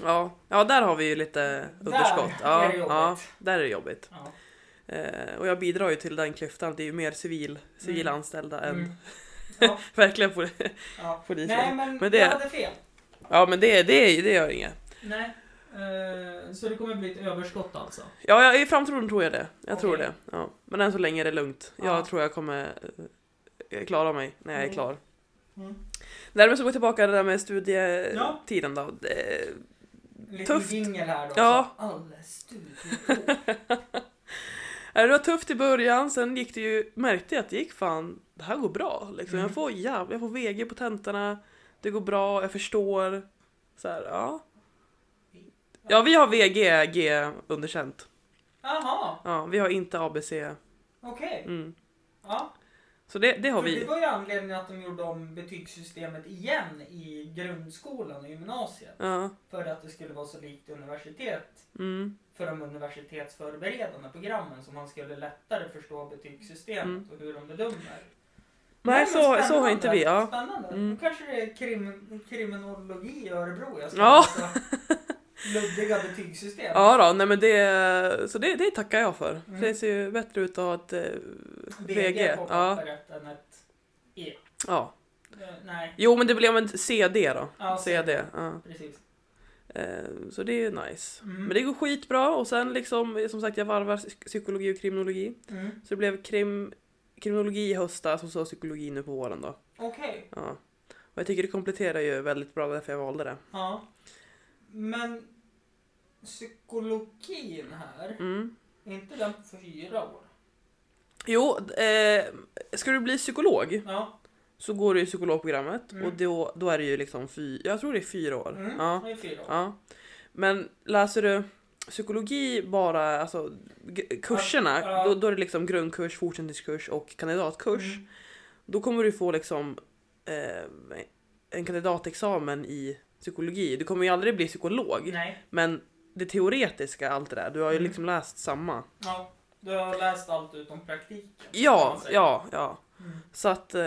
Speaker 2: Ja. ja, där har vi ju lite
Speaker 1: Där
Speaker 2: underskott. Ja,
Speaker 1: är det jobbigt.
Speaker 2: ja, där är det jobbigt.
Speaker 1: Ja.
Speaker 2: Eh, och jag bidrar ju till den klyftan, det är ju mer civil, civilanställda än
Speaker 1: Mm. Ja,
Speaker 2: verkligen på det.
Speaker 1: ja.
Speaker 2: Poliser.
Speaker 1: Nej men,
Speaker 2: Men det-
Speaker 1: jag hade fel.
Speaker 2: Ja men det, det, det gör inget.
Speaker 1: Nej. eh, så det kommer bli ett överskott alltså?
Speaker 2: Ja jag, i framtiden tror jag det. Jag tror
Speaker 1: Okej.
Speaker 2: det. Ja. Men än så länge är det lugnt. Jag
Speaker 1: Ja.
Speaker 2: tror jag kommer eh, klara mig när jag är
Speaker 1: Mm.
Speaker 2: klar.
Speaker 1: Mm.
Speaker 2: Nej men så går vi tillbaka till det där med studietiden då. Det,
Speaker 1: Liten
Speaker 2: Tufft.
Speaker 1: jingel här då.
Speaker 2: Ja.
Speaker 1: Så, alla studier.
Speaker 2: eh, det var tufft i början, sen gick det ju, märkte jag att det gick fan, det här går bra. Liksom.
Speaker 1: Mm.
Speaker 2: Jag, får, jävla, jag får VG på tentorna, det går bra, jag förstår. Så här, ja. ja vi har VG, G underkänt.
Speaker 1: Jaha,
Speaker 2: Ja, vi har inte ABC.
Speaker 1: okej.
Speaker 2: Mm.
Speaker 1: Ja.
Speaker 2: Så det, det har
Speaker 1: För Det
Speaker 2: vi.
Speaker 1: var ju anledningen att de gjorde om betygssystemet igen i grundskolan och gymnasiet.
Speaker 2: Ja.
Speaker 1: För att det skulle vara så likt universitet.
Speaker 2: Mm.
Speaker 1: För de universitetsförberedande programmen så man skulle lättare förstå betygssystemet
Speaker 2: Mm.
Speaker 1: och hur de bedömer. men
Speaker 2: Nej, så, så har
Speaker 1: spännande.
Speaker 2: inte vi. Ja.
Speaker 1: Spännande.
Speaker 2: Mm.
Speaker 1: Då kanske det är krim, kriminologi i Örebro jag ska
Speaker 2: Ja.
Speaker 1: läsa. Luddiga betygssystem.
Speaker 2: Ja då, nej men det, så det, det tackar jag för.
Speaker 1: Mm.
Speaker 2: Det ser ju bättre ut att ha ett eh, VG.
Speaker 1: på
Speaker 2: Ja.
Speaker 1: pappret än ett...
Speaker 2: ja.
Speaker 1: eh, nej,
Speaker 2: Jo men det blev en CD då.
Speaker 1: Ja,
Speaker 2: CD. Ja.
Speaker 1: precis.
Speaker 2: Eh, Så det är nice.
Speaker 1: Mm.
Speaker 2: Men det går skitbra och sen liksom, som sagt jag varvar psyk- psykologi och kriminologi.
Speaker 1: Mm.
Speaker 2: Så det blev krim, kriminologi i höstas och så psykologi nu på våren då.
Speaker 1: Okej.
Speaker 2: Ja. Och jag tycker det kompletterar ju väldigt bra, därför jag valde det.
Speaker 1: Ja. Men psykologin här,
Speaker 2: Mm.
Speaker 1: är inte den på fyra år?
Speaker 2: Jo, eh, ska du bli psykolog
Speaker 1: Ja.
Speaker 2: så går du ju psykologprogrammet
Speaker 1: Mm.
Speaker 2: och då, då är det ju liksom fy, jag tror det är fyra år.
Speaker 1: Mm.
Speaker 2: Ja,
Speaker 1: Det är fyra år.
Speaker 2: ja. Men läser du psykologi bara, alltså g- kurserna,
Speaker 1: Ja, ja.
Speaker 2: Då, då är det liksom grundkurs, fortsättningskurs och kandidatkurs.
Speaker 1: Mm.
Speaker 2: Då kommer du få liksom eh, en kandidatexamen i psykologi. Du kommer ju aldrig bli psykolog,
Speaker 1: Mm. Nej.
Speaker 2: men det teoretiska, allt det där, du har ju
Speaker 1: Mm.
Speaker 2: liksom läst samma.
Speaker 1: Ja. Du har läst allt utom praktiken. kan man
Speaker 2: Ja,
Speaker 1: säga.
Speaker 2: ja, ja.
Speaker 1: Mm.
Speaker 2: Så att eh,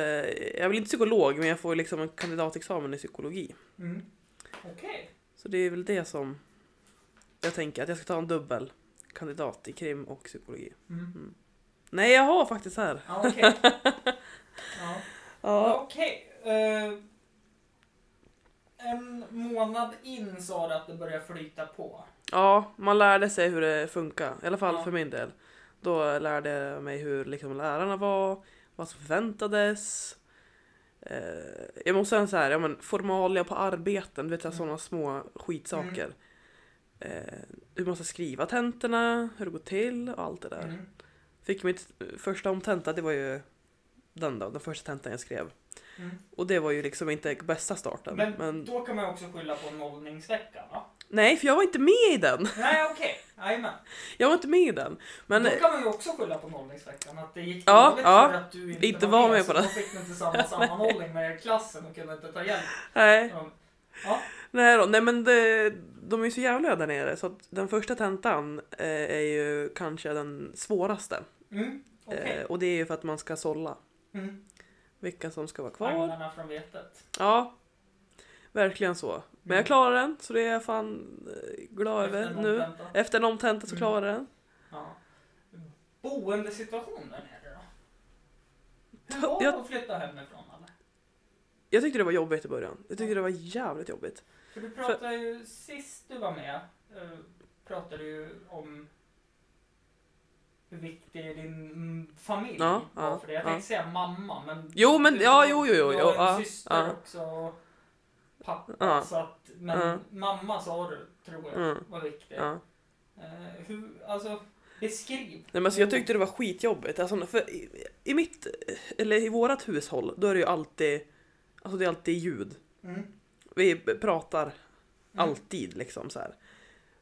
Speaker 2: jag blir inte psykolog men jag får liksom en kandidatexamen i psykologi.
Speaker 1: Mm. Okej.
Speaker 2: Så det är väl det som jag tänker att jag ska ta en dubbel kandidat i krim och psykologi.
Speaker 1: Mm.
Speaker 2: Nej jag har faktiskt här.
Speaker 1: Ja, okej. ja.
Speaker 2: Ja.
Speaker 1: Okej. eh, en månad in sa du att det började flyta på.
Speaker 2: ja, man lärde sig hur det funkar. I alla fall
Speaker 1: Ja.
Speaker 2: för min del. Då lärde jag mig hur liksom, lärarna var, vad som förväntades. Eh, jag måste säga så här, ja, men formalia på arbeten, du vet
Speaker 1: Mm.
Speaker 2: sådana små skitsaker. Eh, hur man ska skriva tentorna, hur det går till och allt det där.
Speaker 1: Mm.
Speaker 2: Fick mitt första omtenta, det var ju den då, den första tentan jag skrev.
Speaker 1: Mm.
Speaker 2: Och det var ju liksom inte bästa starten. Men,
Speaker 1: Men, då kan man ju också skylla på en nollningsvecka va?
Speaker 2: nej, för jag var inte med i den!
Speaker 1: Nej okej, jajamän.
Speaker 2: Jag var inte med i den. Men eh,
Speaker 1: då kan man ju också skylla på nollningsveckan. Att det gick
Speaker 2: Ja,
Speaker 1: dåligt
Speaker 2: ja.
Speaker 1: för att du inte,
Speaker 2: Inte var med
Speaker 1: så
Speaker 2: på det.
Speaker 1: Då fick du inte samma sammanhållning med klassen och kunde inte ta hjälp.
Speaker 2: nej,
Speaker 1: Ja. Ja.
Speaker 2: nej då, nej men det, de är ju så jävliga där nere så att den första tentan eh, är ju kanske den svåraste.
Speaker 1: Mm, okej.
Speaker 2: Eh, och det är ju för att man ska sålla
Speaker 1: Mm.
Speaker 2: vilka som ska vara Eh, kvar.
Speaker 1: Agnarna från vetet.
Speaker 2: Ja, verkligen så. Men
Speaker 1: Mm.
Speaker 2: jag klarar den så det är jag fan eh, glad
Speaker 1: Efter
Speaker 2: över
Speaker 1: någon
Speaker 2: nu.
Speaker 1: väntan.
Speaker 2: Efter en omtenta så
Speaker 1: Mm.
Speaker 2: klarar jag den.
Speaker 1: Ja. Boendesituationen där nere då? Hur
Speaker 2: Ta-
Speaker 1: var det
Speaker 2: jag-
Speaker 1: att flytta hemifrån eller?
Speaker 2: Jag tyckte det var jobbigt i början. Jag tyckte det var jävligt jobbigt.
Speaker 1: För du pratade ju, sist du var med, eh, pratade du ju om hur viktig din mm, familj
Speaker 2: Ja,
Speaker 1: var
Speaker 2: ja,
Speaker 1: för dig. Jag
Speaker 2: ja.
Speaker 1: tänkte säga mamma, men...
Speaker 2: Jo, men-
Speaker 1: du
Speaker 2: ja,
Speaker 1: har-
Speaker 2: jo, jo, jo,
Speaker 1: Du
Speaker 2: jo,
Speaker 1: har en
Speaker 2: ja,
Speaker 1: syster
Speaker 2: ja.
Speaker 1: också och pappa,
Speaker 2: Ja.
Speaker 1: så att... Men
Speaker 2: Ja.
Speaker 1: mamma sa du, tror jag,
Speaker 2: Mm.
Speaker 1: var viktig.
Speaker 2: Ja.
Speaker 1: Eh, hur, alltså, beskriv.
Speaker 2: Nej, men alltså, jag tyckte det var skitjobbigt. Alltså, för i, I mitt, eller i vårat hushåll, då är det ju alltid, alltså det är alltid ljud.
Speaker 1: Mm.
Speaker 2: Vi pratar alltid liksom så här.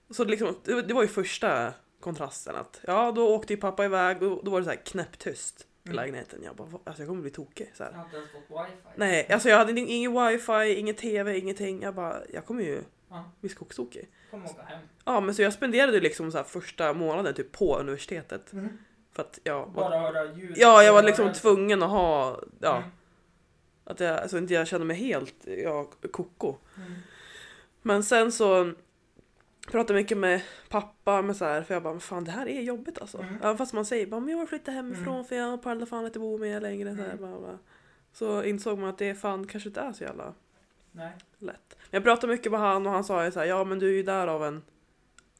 Speaker 2: Så det, liksom, det det var ju första kontrasten att ja, då åkte ju pappa iväg och då var det så här knäpptyst i
Speaker 1: Mm.
Speaker 2: lägenheten. Jag bara, "Va? alltså jag kommer bli tokig så här.
Speaker 1: Jag har inte ens fått wifi.
Speaker 2: Nej, alltså jag hade ing- ingen wifi, ingen tv, ingenting. Jag bara, jag kommer ju
Speaker 1: Ja.
Speaker 2: bli skogstokig.
Speaker 1: Kom åka hem.
Speaker 2: Ja, men så jag spenderade ju liksom så här första månaden typ på universitetet för att jag var,
Speaker 1: Bara höra ljud.
Speaker 2: ja, jag var liksom
Speaker 1: Höra-
Speaker 2: tvungen att ha, ja,
Speaker 1: Mm.
Speaker 2: att jag, alltså inte jag kände mig helt, ja, koko.
Speaker 1: Mm.
Speaker 2: Men sen så pratade mycket med pappa med så här, för jag bara, "Men fan det här är jobbigt alltså.
Speaker 1: Mm.
Speaker 2: Även fast man säger bara, men jag vill flytta hemifrån
Speaker 1: Mm.
Speaker 2: för jag pallar fan inte bo med er längre. Så, här,
Speaker 1: Mm.
Speaker 2: bla, bla. så insåg man att det fan kanske inte är så jävla
Speaker 1: Nej.
Speaker 2: lätt. Men jag pratade mycket med han och han sa ju så här, ja men du är ju där av en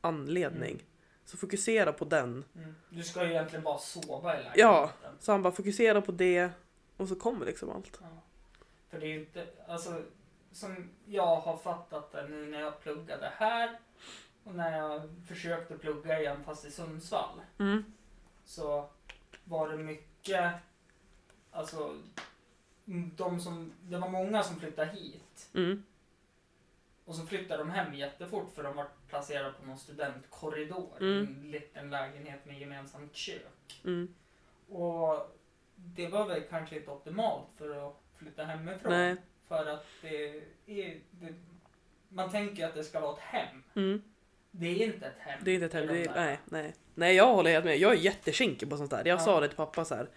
Speaker 2: anledning. Så fokusera på den.
Speaker 1: Mm. Du ska ju egentligen bara sova i lägenheten.
Speaker 2: Ja. Så han bara, fokusera på det och så kommer liksom allt.
Speaker 1: Ja. För det är ju inte, alltså som jag har fattat det nu när jag pluggade här och när jag försökte plugga igen fast i Sundsvall
Speaker 2: Mm.
Speaker 1: så var det mycket, alltså mm, de som, det var många som flyttade hit
Speaker 2: Mm.
Speaker 1: och så flyttade de hem jättefort för de var placerade på någon studentkorridor i
Speaker 2: Mm.
Speaker 1: en liten lägenhet med gemensamt kök.
Speaker 2: Mm.
Speaker 1: Och det var väl kanske inte optimalt för att flytta hemifrån.
Speaker 2: Nej.
Speaker 1: För att det är, det, man tänker ju att det ska vara ett hem.
Speaker 2: Mm.
Speaker 1: Det är inte ett hem.
Speaker 2: Det är inte ett hem,
Speaker 1: de
Speaker 2: det är,
Speaker 1: där.
Speaker 2: nej, nej. Nej jag håller helt med, jag är jättekinkig på sånt där. Jag
Speaker 1: Ja.
Speaker 2: sa det till pappa så här.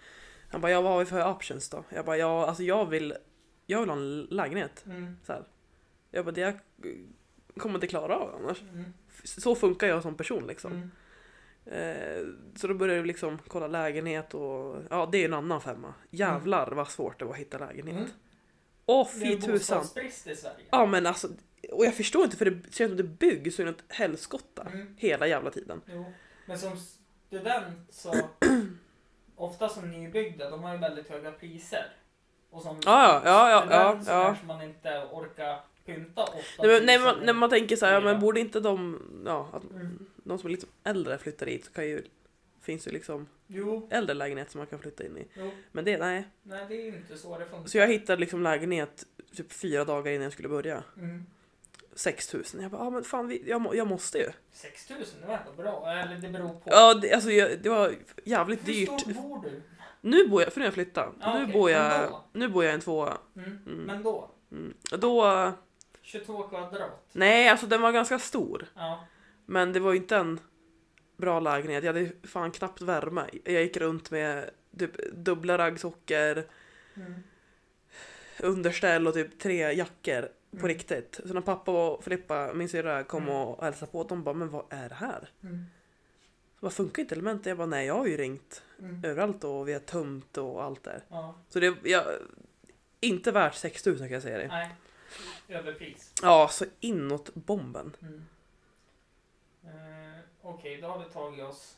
Speaker 2: Han bara, ja vad har vi för options då? Jag bara, ja alltså jag vill, jag vill ha en lägenhet.
Speaker 1: Mm,
Speaker 2: Så här. Jag bara, det jag kommer inte klara av annars.
Speaker 1: mm,
Speaker 2: Så funkar jag som person liksom.
Speaker 1: mm,
Speaker 2: Eh, så då började vi liksom kolla lägenhet och ja det är en annan femma. Jävlar vad svårt det var att hitta lägenhet.
Speaker 1: mm.
Speaker 2: Åh
Speaker 1: Det
Speaker 2: fy
Speaker 1: är
Speaker 2: tusan.
Speaker 1: bostadsbrist i Sverige.
Speaker 2: Ja men alltså, och jag förstår inte för det känns som det byggs så inåt helskotta.
Speaker 1: Mm,
Speaker 2: Hela jävla tiden.
Speaker 1: jo. Men som student så, ofta som nybyggda, de har ju väldigt höga priser. Och som
Speaker 2: Ja, ja, ja, ja,
Speaker 1: student så
Speaker 2: ja.
Speaker 1: kanske man inte orkar pynta ofta.
Speaker 2: Nej, men, nej, men, när man tänker så här, ja,
Speaker 1: Dyra.
Speaker 2: men borde inte de, ja, att
Speaker 1: Mm.
Speaker 2: de som är liksom äldre flyttar dit så kan ju, finns ju liksom
Speaker 1: Jo,
Speaker 2: äldre lägenhet som man kan flytta in i.
Speaker 1: jo,
Speaker 2: Men det, nej.
Speaker 1: nej det är ju inte så det funkar.
Speaker 2: Så jag hittade liksom lägenhet typ fyra dagar innan jag skulle börja.
Speaker 1: Mm.
Speaker 2: 6000. Jag bara, ja men fan vi, jag, må- jag måste ju.
Speaker 1: 6 000, det var ändå bra. Eller det beror på.
Speaker 2: Ja, det, alltså jag, det var jävligt
Speaker 1: Hur
Speaker 2: dyrt.
Speaker 1: stort bor du?
Speaker 2: Nu bor jag, för nu har jag flyttat.
Speaker 1: Ja,
Speaker 2: nu,
Speaker 1: okej,
Speaker 2: bor
Speaker 1: men
Speaker 2: jag,
Speaker 1: då?
Speaker 2: nu bor jag i en tvåa.
Speaker 1: Mm.
Speaker 2: Mm.
Speaker 1: Men då?
Speaker 2: Mm. Då,
Speaker 1: 22 kvadrat?
Speaker 2: nej alltså den var ganska stor.
Speaker 1: Ja.
Speaker 2: Men det var ju inte en bra lägenhet. Jag hade ju fan knappt värme. Jag gick runt med typ dubbla raggsockor,
Speaker 1: Mm.
Speaker 2: underställ och typ tre jackor på
Speaker 1: Mm.
Speaker 2: riktigt. Så när pappa och Filippa, min syrra, kom
Speaker 1: Mm.
Speaker 2: och hälsade på, de bara “men vad är det här?”
Speaker 1: Mm.
Speaker 2: så bara, “Funkar inte elementen?” Jag bara “nej, jag har ju ringt
Speaker 1: Mm.
Speaker 2: överallt och vi har tömt och allt där”.
Speaker 1: Ja.
Speaker 2: Så det, jag, inte värt 6 000 kan jag säga det.
Speaker 1: Nej. Överpris.
Speaker 2: Ja, så inåt bomben.
Speaker 1: Mm. Eh, Okej, då har vi tagit oss...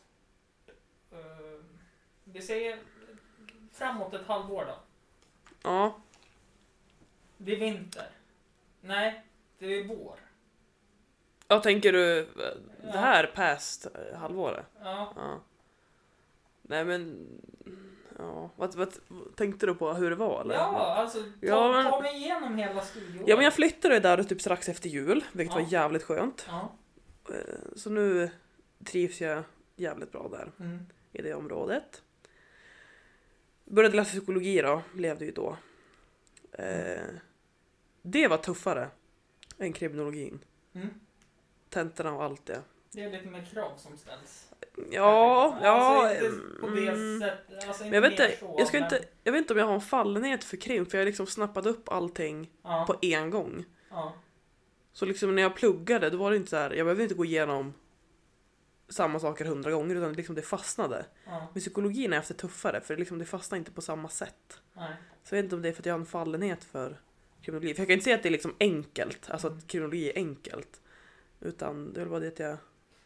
Speaker 1: Eh, vi säger framåt ett halvår då.
Speaker 2: Ja,
Speaker 1: Det är vinter. Nej, det är vår.
Speaker 2: jag tänker du eh, det här past eh, halvåret?
Speaker 1: Ja.
Speaker 2: Ja. Nej men... Ja, vad, vad tänkte du på hur det var eller?
Speaker 1: Ja, alltså ta,
Speaker 2: Ja, men-
Speaker 1: ta mig igenom hela studion.
Speaker 2: Ja men jag flyttade där typ strax efter jul, vilket
Speaker 1: Ja.
Speaker 2: var jävligt skönt.
Speaker 1: Ja.
Speaker 2: Eh, Så nu trivs jag jävligt bra där,
Speaker 1: Mm.
Speaker 2: i det området. Började läsa psykologi då, blev det ju då. Eh, Det var tuffare än kriminologin.
Speaker 1: Mm.
Speaker 2: Tentorna och allt det.
Speaker 1: Det är lite mer krav som ställs.
Speaker 2: Ja, ja.
Speaker 1: Alltså, inte på det
Speaker 2: mm.
Speaker 1: sättet. Alltså,
Speaker 2: Men jag vet
Speaker 1: mer
Speaker 2: inte,
Speaker 1: så,
Speaker 2: jag, ska
Speaker 1: men-
Speaker 2: inte, jag vet inte om jag har en fallenhet för krim för jag har liksom snappat upp allting
Speaker 1: Ja.
Speaker 2: på en gång.
Speaker 1: ja.
Speaker 2: Så liksom när jag pluggade då var det inte så här, jag behövde inte gå igenom samma saker hundra gånger utan liksom det fastnade.
Speaker 1: Ja,
Speaker 2: Men psykologin är efter tuffare för liksom det fastnar inte på samma sätt.
Speaker 1: nej.
Speaker 2: Så jag vet inte om det är för att jag har en fallenhet för kriminologi. För jag kan inte säga att det är liksom enkelt, alltså
Speaker 1: Mm.
Speaker 2: att kriminologi är enkelt. Utan det är väl bara det att jag...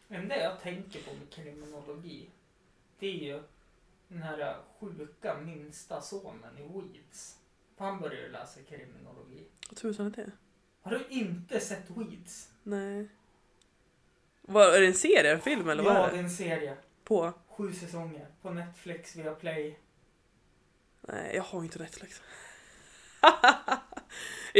Speaker 1: enda jag tänker på med kriminologi, det är ju den här sjuka minsta sonen i Weeds. Han började ju läsa kriminologi.
Speaker 2: Vad tusan är det?
Speaker 1: Har du inte sett Weeds?
Speaker 2: Nej. Vad, är det en serie, en film eller vad
Speaker 1: ja,
Speaker 2: är
Speaker 1: det
Speaker 2: det?
Speaker 1: är en serie.
Speaker 2: På?
Speaker 1: Sju säsonger på Netflix via Play.
Speaker 2: Nej, jag har inte Netflix. jag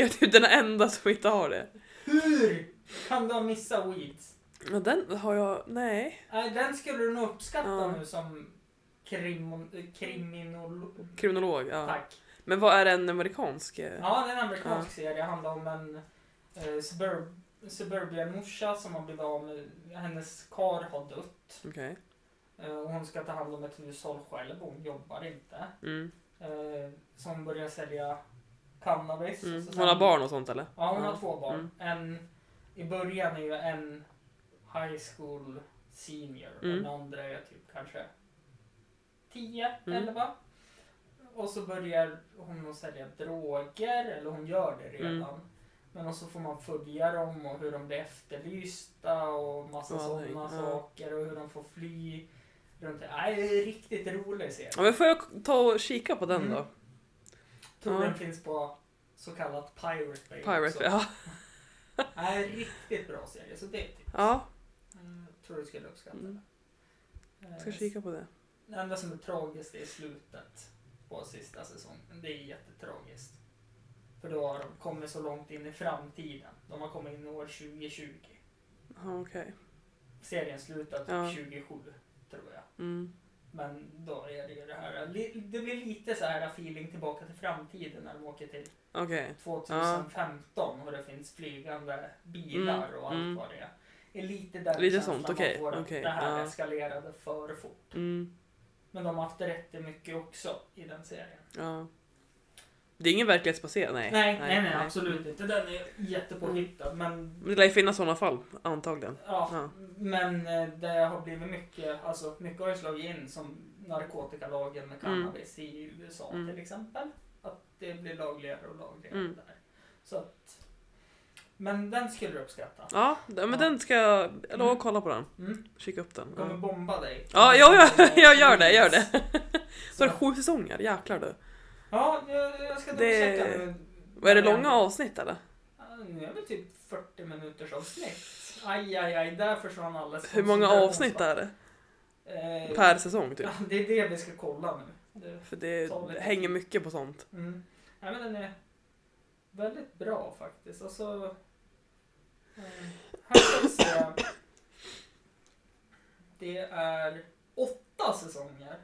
Speaker 2: är typ den enda som inte har det.
Speaker 1: Hur kan du ha missat Weeds?
Speaker 2: Ja, den har jag... Nej.
Speaker 1: Nej, Den skulle du nog uppskatta
Speaker 2: Ja.
Speaker 1: nu som krimon- eh, kriminolog.
Speaker 2: Kriminolog, ja.
Speaker 1: Tack.
Speaker 2: Men vad är en amerikansk? eh?
Speaker 1: Ja, det är en amerikansk serie. Det handlar om en eh, suburb suburbian-morsa som har blivit av med... Hennes kar har dött.
Speaker 2: Okej.
Speaker 1: Eh, och hon ska ta hand om ett hushåll själv. Hon jobbar inte.
Speaker 2: Mm.
Speaker 1: Eh, så hon börjar sälja cannabis.
Speaker 2: Mm.
Speaker 1: Så sen-
Speaker 2: Hon har barn och sånt eller?
Speaker 1: Ja, hon har
Speaker 2: Ja.
Speaker 1: två barn.
Speaker 2: Mm.
Speaker 1: En, I början är ju en high school senior och
Speaker 2: Mm.
Speaker 1: den andra är typ kanske 10,
Speaker 2: Mm.
Speaker 1: 11. Och så börjar hon att sälja droger, eller hon gör det
Speaker 2: Mm.
Speaker 1: redan. Men och så får man följa dem och hur de blir efterlysta och massa
Speaker 2: Ja, nej,
Speaker 1: sådana
Speaker 2: ja.
Speaker 1: saker och hur de får fly. Runt det. Nej, det är riktigt rolig serie.
Speaker 2: Ja, men får jag ta och kika på den
Speaker 1: Mm.
Speaker 2: då?
Speaker 1: Tror
Speaker 2: Ja.
Speaker 1: den finns på så kallat Pirate Bay.
Speaker 2: Pirate
Speaker 1: också.
Speaker 2: Bay. Ja.
Speaker 1: Nej, riktigt bra serie. Så det är ett tips.
Speaker 2: ja,
Speaker 1: Mm, tror du skulle uppskatta
Speaker 2: Mm.
Speaker 1: det.
Speaker 2: ska
Speaker 1: Eh,
Speaker 2: kika på det.
Speaker 1: Det enda som är tragiskt är slutet på sista säsongen. Det är jättetragiskt. För då har de kommit så långt in i framtiden. De har kommit in i år 2020.
Speaker 2: Ja, okej.
Speaker 1: Serien slutar typ
Speaker 2: Ja.
Speaker 1: 27, tror jag.
Speaker 2: Mm.
Speaker 1: Men då är det ju det här. li- Det blir lite så här feeling tillbaka till framtiden när de åker till
Speaker 2: Okej.
Speaker 1: 2015 och det finns flygande bilar
Speaker 2: Mm,
Speaker 1: och allt
Speaker 2: mm.
Speaker 1: vad det är. är lite den
Speaker 2: Lite
Speaker 1: känslan
Speaker 2: sånt,
Speaker 1: man
Speaker 2: okej,
Speaker 1: får att
Speaker 2: okej,
Speaker 1: Det här
Speaker 2: ja.
Speaker 1: eskalerade för fort.
Speaker 2: Mm.
Speaker 1: Men de har haft rätt i mycket också i den serien.
Speaker 2: Ja. Det är ingen verklighetsbaserad? Nej. Mm.
Speaker 1: Nej, nej, nej, absolut inte. Den är jättepåhittad. Men,
Speaker 2: Men Det lär ju finnas sådana fall, antagligen.
Speaker 1: ja,
Speaker 2: Ja.
Speaker 1: men eh, det har blivit mycket, alltså mycket har ju slagit in som narkotikalagen med
Speaker 2: Mm.
Speaker 1: cannabis i USA
Speaker 2: Mm.
Speaker 1: till exempel. Att det blir lagligare och lagligare
Speaker 2: Mm.
Speaker 1: där. Så att, men den skulle du uppskatta.
Speaker 2: Ja, d- men
Speaker 1: Ja.
Speaker 2: den ska jag... Jag lovar
Speaker 1: Mm.
Speaker 2: att kolla på den.
Speaker 1: Mm.
Speaker 2: Kika upp den.
Speaker 1: kommer
Speaker 2: Ja,
Speaker 1: bomba dig.
Speaker 2: ja jag, jag, jag gör det, jag gör det. Så
Speaker 1: Så,
Speaker 2: är det sju säsonger, jäklar du.
Speaker 1: ja, jag, jag ska
Speaker 2: Det-
Speaker 1: checka nu.
Speaker 2: Och är det långa avsnitt eller?
Speaker 1: Ja, Nu är det typ 40 minuters avsnitt. Aj, aj, aj, där försvann alla.
Speaker 2: Hur många
Speaker 1: Alltså,
Speaker 2: avsnitt är det?
Speaker 1: Eh,
Speaker 2: Per säsong typ?
Speaker 1: ja, Det är det vi ska kolla nu. Det,
Speaker 2: För det hänger mycket på sånt.
Speaker 1: mm. Nej, men den är väldigt bra faktiskt. Och så... Eh, här ska vi se. Det är åtta säsonger.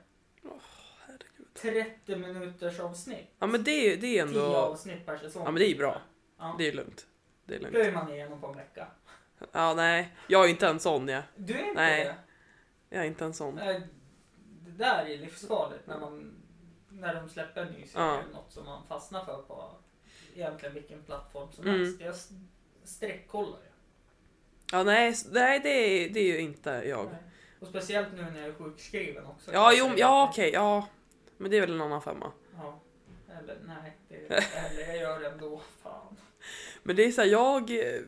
Speaker 1: 30 minuters avsnitt.
Speaker 2: Ja men det är ju det
Speaker 1: 10
Speaker 2: är ändå...
Speaker 1: avsnitt per säsong.
Speaker 2: Ja men det är ju bra.
Speaker 1: Ja.
Speaker 2: Det är lugnt. Det är
Speaker 1: Då
Speaker 2: lugnt.
Speaker 1: är man igenom på en vecka.
Speaker 2: Ja nej, jag är inte en sån jag.
Speaker 1: Du är inte
Speaker 2: Nej.
Speaker 1: det?
Speaker 2: Jag är inte en sån.
Speaker 1: Nej, Eh, Det där är livsfarligt när, man, när de släpper en ny serie
Speaker 2: Ja.
Speaker 1: eller något som man fastnar för på egentligen vilken plattform som
Speaker 2: Mm.
Speaker 1: helst. Jag s- streckkollar ju.
Speaker 2: Ja nej, s- nej det, är, det är ju inte jag.
Speaker 1: Nej. Och speciellt nu när jag är sjukskriven också.
Speaker 2: Ja jo, ja okej, ja. Men det är väl en annan femma.
Speaker 1: Ja. Eller nej, det, eller jag gör det ändå. Fan.
Speaker 2: Men det är så här, jag... eh,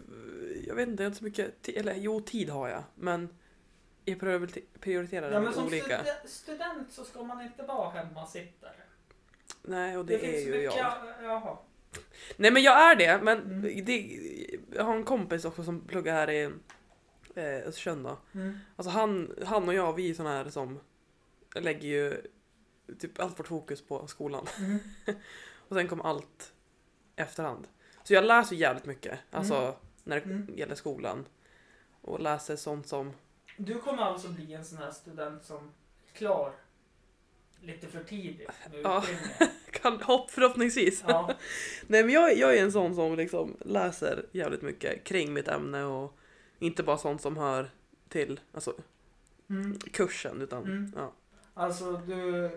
Speaker 2: Jag vet inte, jag har inte så mycket ti- Eller jo, tid har jag. Men jag priorite- prioriterar
Speaker 1: Ja, men som
Speaker 2: olika.
Speaker 1: stud- student så ska man inte vara hemmasittare.
Speaker 2: Nej, och det, är
Speaker 1: finns
Speaker 2: ju
Speaker 1: mycket,
Speaker 2: jag.
Speaker 1: Jaha.
Speaker 2: Nej men jag är det, men
Speaker 1: Mm.
Speaker 2: det, jag har en kompis också som pluggar här i eh, Östersund då.
Speaker 1: Mm.
Speaker 2: Alltså han, han och jag, vi är såna här som lägger ju typ allt vårt fokus på skolan.
Speaker 1: Mm.
Speaker 2: Och sen kommer allt efterhand. Så jag läser ju jävligt mycket, alltså
Speaker 1: Mm.
Speaker 2: när det
Speaker 1: Mm.
Speaker 2: gäller skolan. Och läser sånt som,
Speaker 1: Du kommer alltså bli en sån här student som är klar lite för tidigt med
Speaker 2: Ja.
Speaker 1: utbildningen.
Speaker 2: kan, hopp förhoppningsvis.
Speaker 1: Ja.
Speaker 2: Nej men jag, jag är en sån som liksom läser jävligt mycket kring mitt ämne och inte bara sånt som hör till alltså,
Speaker 1: Mm.
Speaker 2: kursen utan
Speaker 1: Mm.
Speaker 2: ja.
Speaker 1: Alltså du...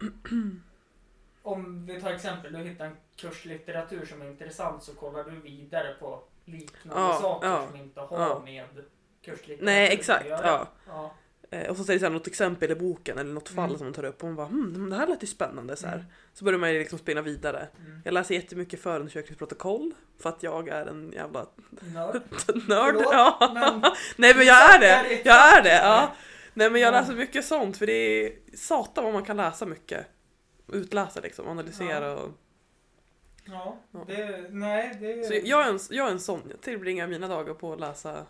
Speaker 1: Om vi tar exempel, du hittar en kurslitteratur som är intressant så kollar du vidare på liknande
Speaker 2: Ja,
Speaker 1: saker
Speaker 2: ja,
Speaker 1: som inte har
Speaker 2: ja.
Speaker 1: med kurslitteraturen
Speaker 2: Nej exakt,
Speaker 1: att göra.
Speaker 2: ja.
Speaker 1: Ja.
Speaker 2: Eh, och så säger det så här något exempel i boken eller något
Speaker 1: Mm.
Speaker 2: fall som hon tar upp och hon bara hmm, det här lät ju spännande så här. Så börjar man ju liksom spinna vidare.
Speaker 1: Mm.
Speaker 2: Jag läser jättemycket förundersökningsprotokoll för att jag är en jävla
Speaker 1: Mm. Nörd.
Speaker 2: nörd.
Speaker 1: Förlåt,
Speaker 2: Ja.
Speaker 1: men-
Speaker 2: Nej men jag är
Speaker 1: Där
Speaker 2: det!
Speaker 1: är-
Speaker 2: Jag är det! Ja. Nej men jag
Speaker 1: Ja.
Speaker 2: läser mycket sånt för det är satan vad man kan läsa mycket. Utläsa liksom, analysera och...
Speaker 1: Ja,
Speaker 2: Ja.
Speaker 1: det, nej, det...
Speaker 2: Så jag är, en, jag är en sån, jag tillbringar mina dagar på att läsa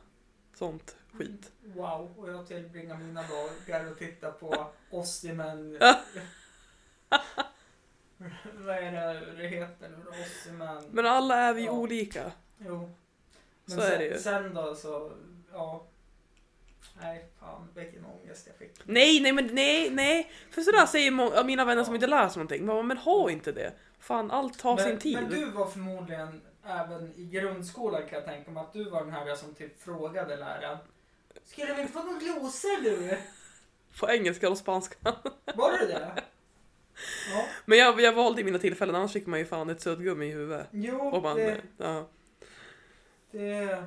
Speaker 2: sånt
Speaker 1: Mm.
Speaker 2: skit.
Speaker 1: Wow, och jag tillbringar mina dagar och tittar på Ossiman. Vad är det det heter nu då? Ossiman?
Speaker 2: Men alla är vi
Speaker 1: Ja.
Speaker 2: olika.
Speaker 1: Jo. Men
Speaker 2: Så
Speaker 1: sen,
Speaker 2: är det ju.
Speaker 1: sen då så, ja. Nej, fan vilken ångest jag fick.
Speaker 2: Nej, nej, men nej, nej. För sådär säger många, av mina vänner som inte läser någonting. Man bara, men ha inte det. Fan, allt tar sin
Speaker 1: men,
Speaker 2: tid.
Speaker 1: men du var förmodligen även i grundskolan kan jag tänka mig att du var den här som typ frågade läraren. Skulle vi inte få någon glosor du?
Speaker 2: På engelska och spanska.
Speaker 1: Var du det? Ja.
Speaker 2: Men jag, jag valde i mina tillfällen, annars fick man ju fan ett suddgummi i huvudet.
Speaker 1: Jo,
Speaker 2: Och man,
Speaker 1: det,
Speaker 2: ja,
Speaker 1: det...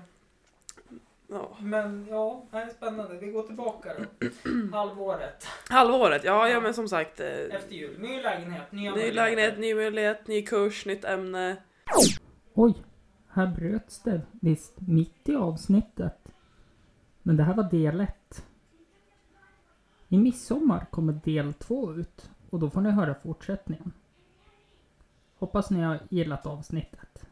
Speaker 2: ja.
Speaker 1: Men ja, det är spännande. Vi går tillbaka då. Halvåret
Speaker 2: Halvåret, ja, ja
Speaker 1: Ja.
Speaker 2: men som sagt. eh,
Speaker 1: efter jul. Ny lägenhet, nya
Speaker 2: Ny
Speaker 1: möjligheter.
Speaker 2: lägenhet, ny möjlighet, ny kurs, nytt ämne.
Speaker 1: Oj, här bröts det visst mitt i avsnittet. Men det här var del 1. I midsommar kommer del 2 ut och då får ni höra fortsättningen. Hoppas ni har gillat avsnittet.